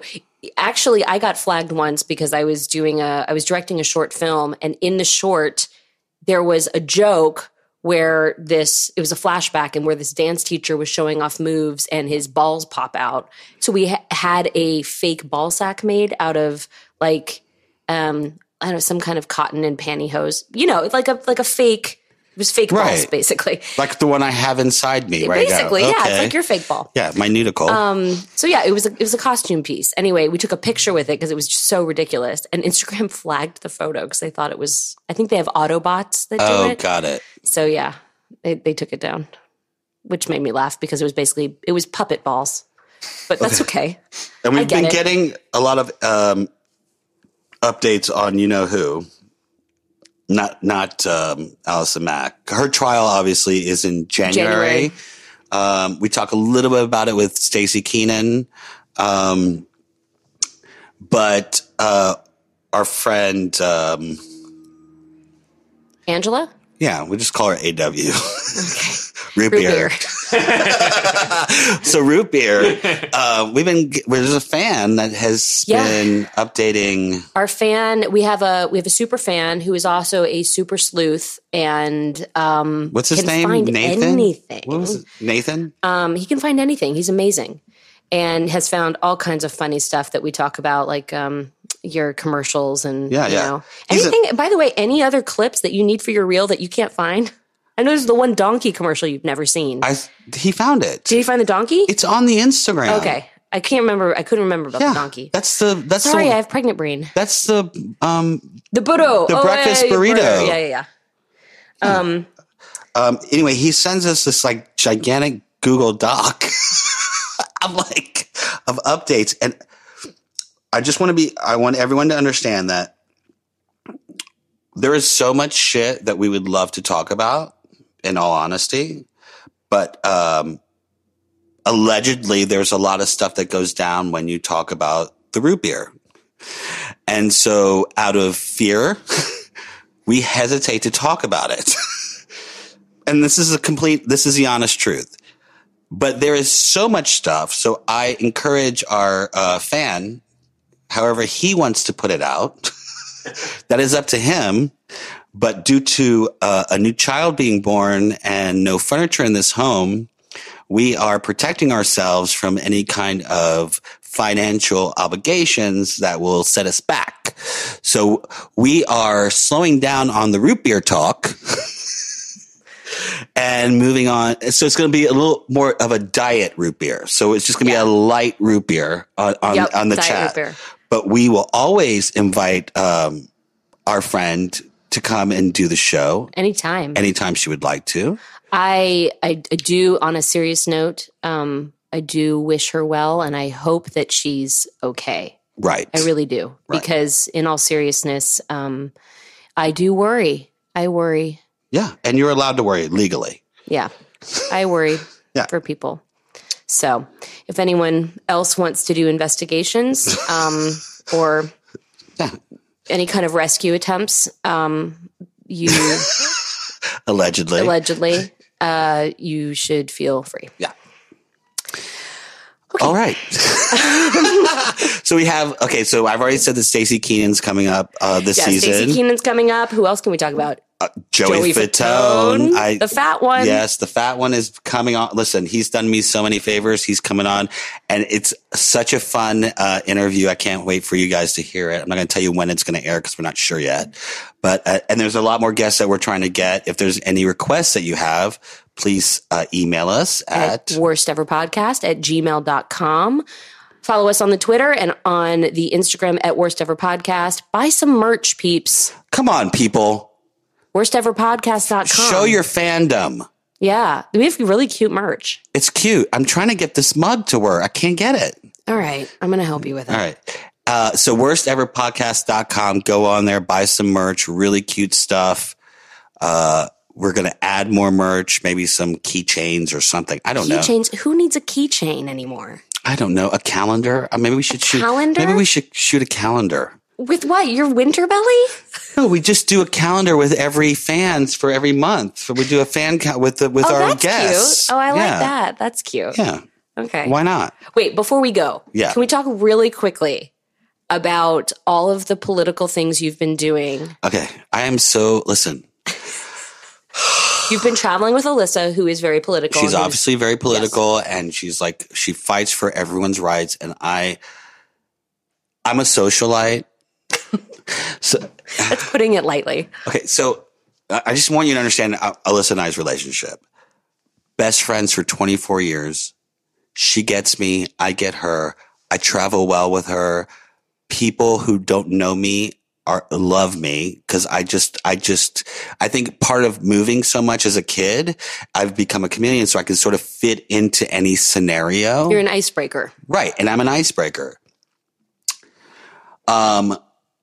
S3: Actually, I got flagged once because I was doing a, I was directing a short film, and in the short, there was a joke where this, it was a flashback, and where this dance teacher was showing off moves, and his balls pop out. So we ha- had a fake ball sack made out of like, um, I don't know, some kind of cotton and pantyhose. You know, like a like a fake. It was fake balls,
S5: Right.
S3: basically.
S5: Like the one I have inside me right now.
S3: basically, yeah, it's
S5: Okay.
S3: like Um, your fake ball.
S5: yeah, my nudicle.
S3: So yeah, it was a, it was a costume piece. Anyway, we took a picture with it because it was just so ridiculous, and Instagram flagged the photo because they thought it was. I think they have Autobots that do
S5: oh,
S3: it.
S5: got it.
S3: So yeah, they they took it down, which made me laugh because it was basically it was puppet balls, but that's okay.
S5: And we've
S3: get
S5: been
S3: it.
S5: getting a lot of um, updates on you know who. Not not um, Allison Mack. Her trial obviously is in January.
S3: January.
S5: Um, we talk a little bit about it with Stacey Keenan, um, but uh, our friend, um,
S3: Angela,
S5: yeah, we just call her AW. root
S3: Root
S5: beer.
S3: beer.
S5: so root beer, uh, we've been there's a fan that has
S3: Yeah.
S5: been updating.
S3: Our fan, we have a we have a super fan who is also a super sleuth, and um,
S5: What's his
S3: can
S5: name?
S3: Find
S5: Nathan.
S3: Anything.
S5: What was it? Nathan?
S3: Um, he can find anything. He's amazing, and has found all kinds of funny stuff that we talk about, like um, your commercials and
S5: Yeah,
S3: you
S5: yeah.
S3: know
S5: He's a-
S3: anything. by the way, any other clips that you need for your reel that you can't find? I know there's the one donkey commercial you've never seen.
S5: I he found it.
S3: Did you find the donkey?
S5: It's on the Instagram.
S3: okay, I can't remember. I couldn't remember about
S5: Yeah.
S3: the donkey.
S5: That's the that's
S3: Sorry,
S5: the
S3: I have pregnant brain.
S5: that's the um
S3: The burrito.
S5: The breakfast
S3: yeah, yeah,
S5: burrito.
S3: burrito. Yeah, yeah, yeah.
S5: um anyway, he sends us this like gigantic Google Doc of like of updates and I just want to be I want everyone to understand that there is so much shit that we would love to talk about in all honesty, but um allegedly there's a lot of stuff that goes down when you talk about the root beer. And so out of fear, we hesitate to talk about it. and this is a complete this is the honest truth but there is so much stuff so i encourage our uh, fan however he wants to put it out that is up to him but due to uh, a new child being born and no furniture in this home we are protecting ourselves from any kind of financial obligations that will set us back so we are slowing down on the root beer talk and moving on. So it's going to be a little more of a diet root beer. So it's just going to be a light root beer on, on,
S3: Yep,
S5: on the
S3: diet
S5: chat.
S3: root beer.
S5: But we will always invite um, our friend to come and do the show
S3: Anytime.
S5: anytime she would like to.
S3: I, I I do on a serious note. Um, I do wish her well, and I hope that she's okay.
S5: Right.
S3: I really do,
S5: Right.
S3: because in all seriousness, um, I do worry. I worry.
S5: yeah. And you're allowed to worry legally.
S3: Yeah, I worry
S5: Yeah.
S3: for people. So, if anyone else wants to do investigations um, or
S5: Yeah.
S3: any kind of rescue attempts, um, you
S5: Allegedly.
S3: allegedly, uh, you should feel free.
S5: yeah. All right. so we have okay. So I've already said that Stacey Keenan's coming up uh, this
S3: Yeah,
S5: season.
S3: Stacey Keenan's coming up. Who else can we talk about?
S5: Joey,
S3: Joey
S5: Fatone.
S3: Fatone, the fat one.
S5: Yes, the fat one is coming on. Listen, he's done me so many favors. He's coming on, and it's such a fun uh, interview. I can't wait for you guys to hear it. I'm not going to tell you when it's going to air because we're not sure yet. But uh, and there's a lot more guests that we're trying to get. If there's any requests that you have, please uh, email us
S3: at
S5: at.
S3: worst ever podcast at gmail.com. Follow us on the Twitter and on the Instagram at worst ever podcast. Buy some merch, peeps.
S5: Come on, people,
S3: Worst ever podcast.com.
S5: show your fandom.
S3: Yeah. We have really cute merch.
S5: It's cute. I'm trying to get this mug to work. I can't get it.
S3: All right. I'm going to help you with it.
S5: All right. Uh, so worsteverpodcast.com. Go on there, buy some merch, really cute stuff. Uh, we're going to add more merch, maybe some keychains or something. I don't know.
S3: Keychains. Who needs a keychain anymore?
S5: I don't know. A calendar. Uh, maybe we should shoot.
S3: Calendar?
S5: Maybe we should shoot a calendar.
S3: With what? Your winter belly?
S5: No, we just do a calendar with every fans for every month. So we do a fan count with the, with
S3: Oh,
S5: our
S3: that's
S5: guests.
S3: cute. Oh, I
S5: Yeah.
S3: like that. That's cute.
S5: Yeah.
S3: Okay.
S5: Why not?
S3: Wait, before we go,
S5: Yeah.
S3: can we talk really quickly about all of the political things you've been doing?
S5: Okay. I am so, listen,
S3: You've been traveling with Alyssa, who is very political.
S5: she's
S3: and who's-
S5: obviously very political and she's like she fights for everyone's rights and i i'm a socialite so
S3: That's putting it lightly.
S5: okay so i I just want you to understand uh, alyssa and i's relationship best friends for 24 years she gets me i get her i travel well with her people who don't know me are love me because I just I just I think part of moving so much as a kid, I've become a chameleon, so I can sort of fit into any scenario.
S3: You're an icebreaker.
S5: right, and I'm an icebreaker. Um,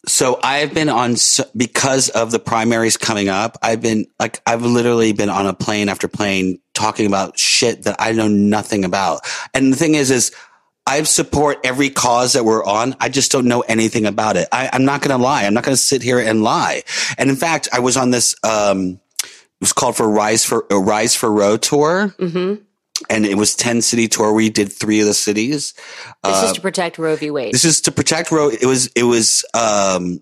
S5: so I've been on so, because of the primaries coming up. I've been like I've literally been on a plane after plane talking about shit that I know nothing about. And the thing is, is I support every cause that we're on. I just don't know anything about it. I, I'm not going to lie. I'm not going to sit here and lie. And in fact, I was on this. Um, was called for Rise for uh, Rise for Row tour,
S3: Mm-hmm.
S5: and it was ten city tour. We did three of the cities.
S3: This is to protect Roe v. Wade.
S5: Uh, This is to protect Roe. It was it was um,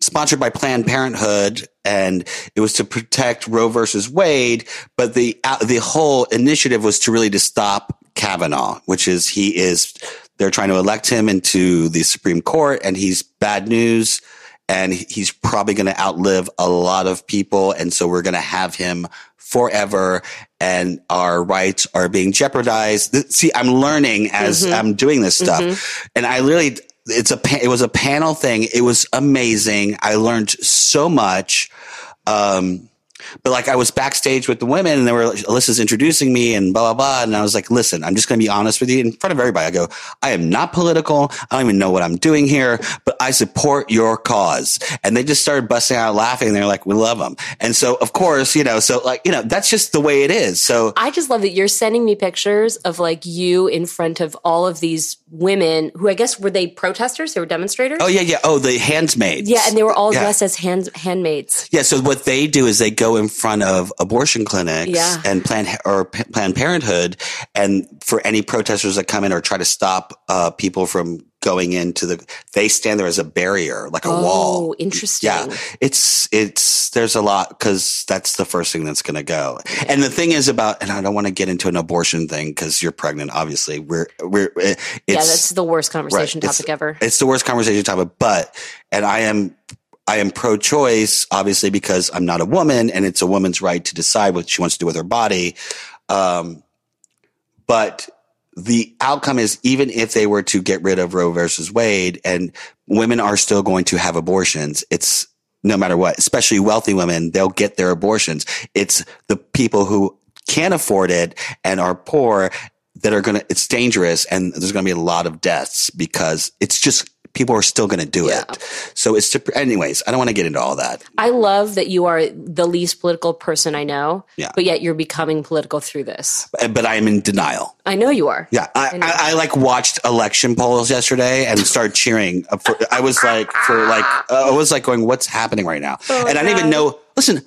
S5: sponsored by Planned Parenthood, and it was to protect Roe versus Wade. But the uh, the whole initiative was to really to stop Kavanaugh, which is he is they're trying to elect him into the Supreme Court, and he's bad news. And he's probably going to outlive a lot of people. And so we're going to have him forever and our rights are being jeopardized. Th- See, I'm learning as I'm doing this stuff. And I literally, it's a, pa- it was a panel thing. It was amazing. I learned so much. Um, but like I was backstage with the women and they were, Alyssa's introducing me and blah, blah, blah. And I was like, listen, I'm just going to be honest with you in front of everybody. I go, I am not political. I don't even know what I'm doing here, but I support your cause. And they just started busting out laughing. And they're like, we love them. And so, of course, you know, so like, you know, that's just the way it is. So
S3: I just love that you're sending me pictures of like you in front of all of these women who I guess were they protesters? They were demonstrators?
S5: Oh yeah, yeah. Oh, the handsmaids.
S3: yeah, and they were all
S5: Yeah.
S3: dressed as hand, handmaids.
S5: yeah. So what they do is they go in front of abortion clinics
S3: Yeah.
S5: and Planned or P- Planned Parenthood, and for any protesters that come in or try to stop uh, people from going into the, they stand there as a barrier, like a
S3: Oh,
S5: wall.
S3: interesting.
S5: Yeah, it's it's there's a lot because that's the first thing that's going to go. And the thing is about, and I don't want to get into an abortion thing because you're pregnant. Obviously, we're we're it- it's,
S3: yeah, that's the worst
S5: Right.
S3: conversation
S5: It's-
S3: topic ever.
S5: It's the worst conversation topic, but and I am I am pro choice, obviously, because I'm not a woman and it's a woman's right to decide what she wants to do with her body. Um, but the outcome is even if they were to get rid of Roe versus Wade and women are still going to have abortions, it's no matter what, especially wealthy women, they'll get their abortions. It's the people who can't afford it and are poor that are going to, it's dangerous and there's going to be a lot of deaths because it's just, people are still going to do it. So it's to, anyways, I don't want to get into all that.
S3: I love that you are the least political person I know,
S5: Yeah.
S3: but yet you're becoming political through this.
S5: But- But I'm in denial.
S3: I know you are.
S5: Yeah, I,
S3: know.
S5: I, I like watched election polls yesterday and started cheering. For, I was like, for like, uh, I was like going, "What's happening right now?"
S3: Oh,
S5: and I didn't even know. Listen,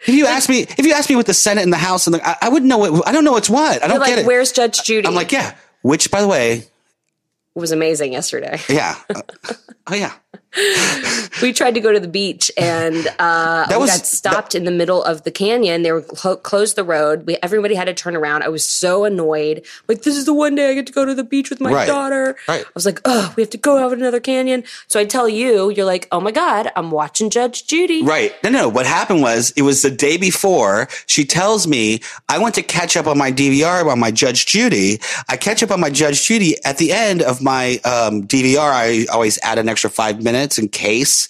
S5: if you asked me, if you asked me what the Senate and the House and the, I, I wouldn't know what. I don't know what's what. I don't
S3: You're
S5: get
S3: like,
S5: it.
S3: where's Judge Judy?
S5: I'm like, yeah. Which, by the way,
S3: it was amazing yesterday.
S5: yeah, Uh, oh yeah,
S3: we tried to go to the beach and uh, we
S5: was-
S3: got stopped in the middle of the canyon. They were clo- closed the road. We everybody had to turn around. I was so annoyed. Like this is the one day I get to go to the beach with my
S5: Right.
S3: daughter.
S5: Right.
S3: I was like, oh, we have to go out another canyon. So I tell you, you're like, oh my god, I'm watching Judge Judy.
S5: right. No, no. What happened was, it was the day before. She tells me I went to catch up on my DVR on my Judge Judy. I catch up on my Judge Judy at the end of my um, DVR. I always add an extra five minutes in case.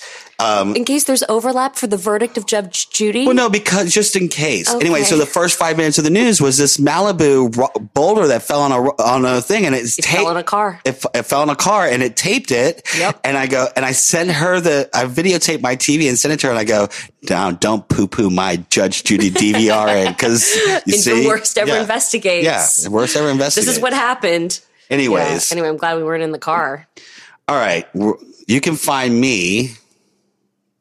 S3: In case there's overlap for the verdict of Judge Judy.
S5: Well, no, because just in case. Anyway,
S3: Okay.
S5: so the first five minutes of the news was this Malibu ro- boulder that fell on a ro- on a thing, and it's
S3: It fell on a car.
S5: It, f- it fell on a car, and it taped it.
S3: Yep.
S5: And I go, and I send her the. I videotape my TV and send it to her, and I go, now don't poo poo my Judge Judy DVR in because you
S3: It's the
S5: see,
S3: worst ever
S5: yeah.
S3: investigates.
S5: Yeah, the worst ever
S3: This
S5: investigates.
S3: is what happened.
S5: Anyways,
S3: Yeah. Anyway, I'm glad we weren't in the car.
S5: all right, we're- you can find me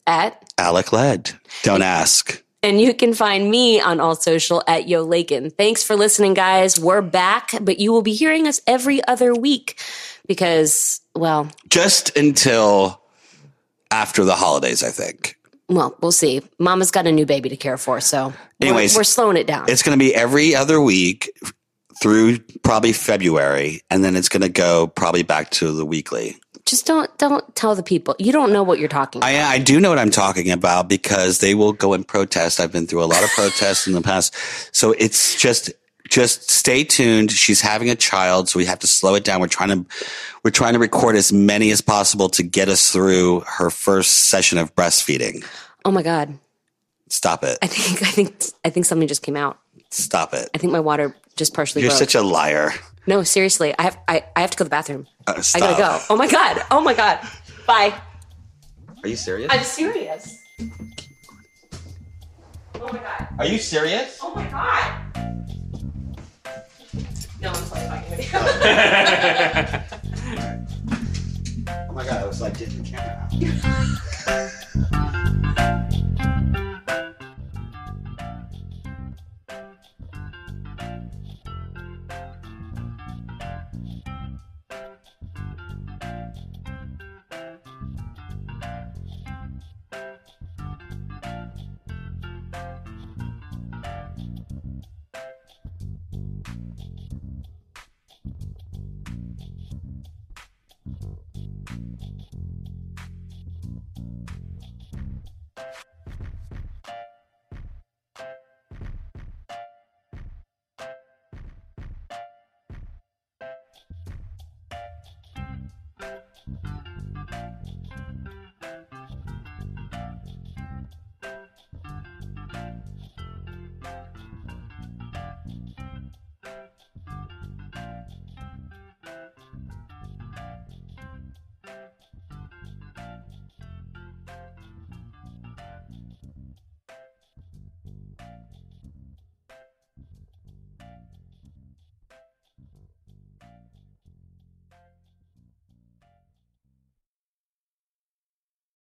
S3: At
S5: Alec Led. Don't ask.
S3: And you can find me on all social at Yo Lakin. Thanks for listening, guys. We're back, but you will be hearing us every other week because, well,
S5: Just until after the holidays, I think.
S3: well, we'll see. Mama's got a new baby to care for, so we're-
S5: Anyways,
S3: we're, slowing it down.
S5: It's going to be every other week through probably February, and then it's going to go probably back to the weekly.
S3: Just don't don't tell the people. You don't know what you're talking. about.
S5: I, I do know what I'm talking about because they will go and protest. I've been through a lot of protests in the past, so it's just just stay tuned. She's having a child, so we have to slow it down. We're trying to we're trying to record as many as possible to get us through her first session of breastfeeding.
S3: oh my god!
S5: Stop it!
S3: I think I think I think something just came out.
S5: Stop it!
S3: I think my water just partially.
S5: You're
S3: broke.
S5: such a liar.
S3: no, seriously. I have I, I have to go to the bathroom.
S5: Uh,
S3: I
S5: stop.
S3: gotta go. Oh my god! Oh my god! Bye.
S5: Are you serious?
S3: I'm serious. Oh my god.
S5: Are you serious?
S3: Oh my god. No, I'm playing fucking with you.
S5: Oh my god, I was like getting the camera out.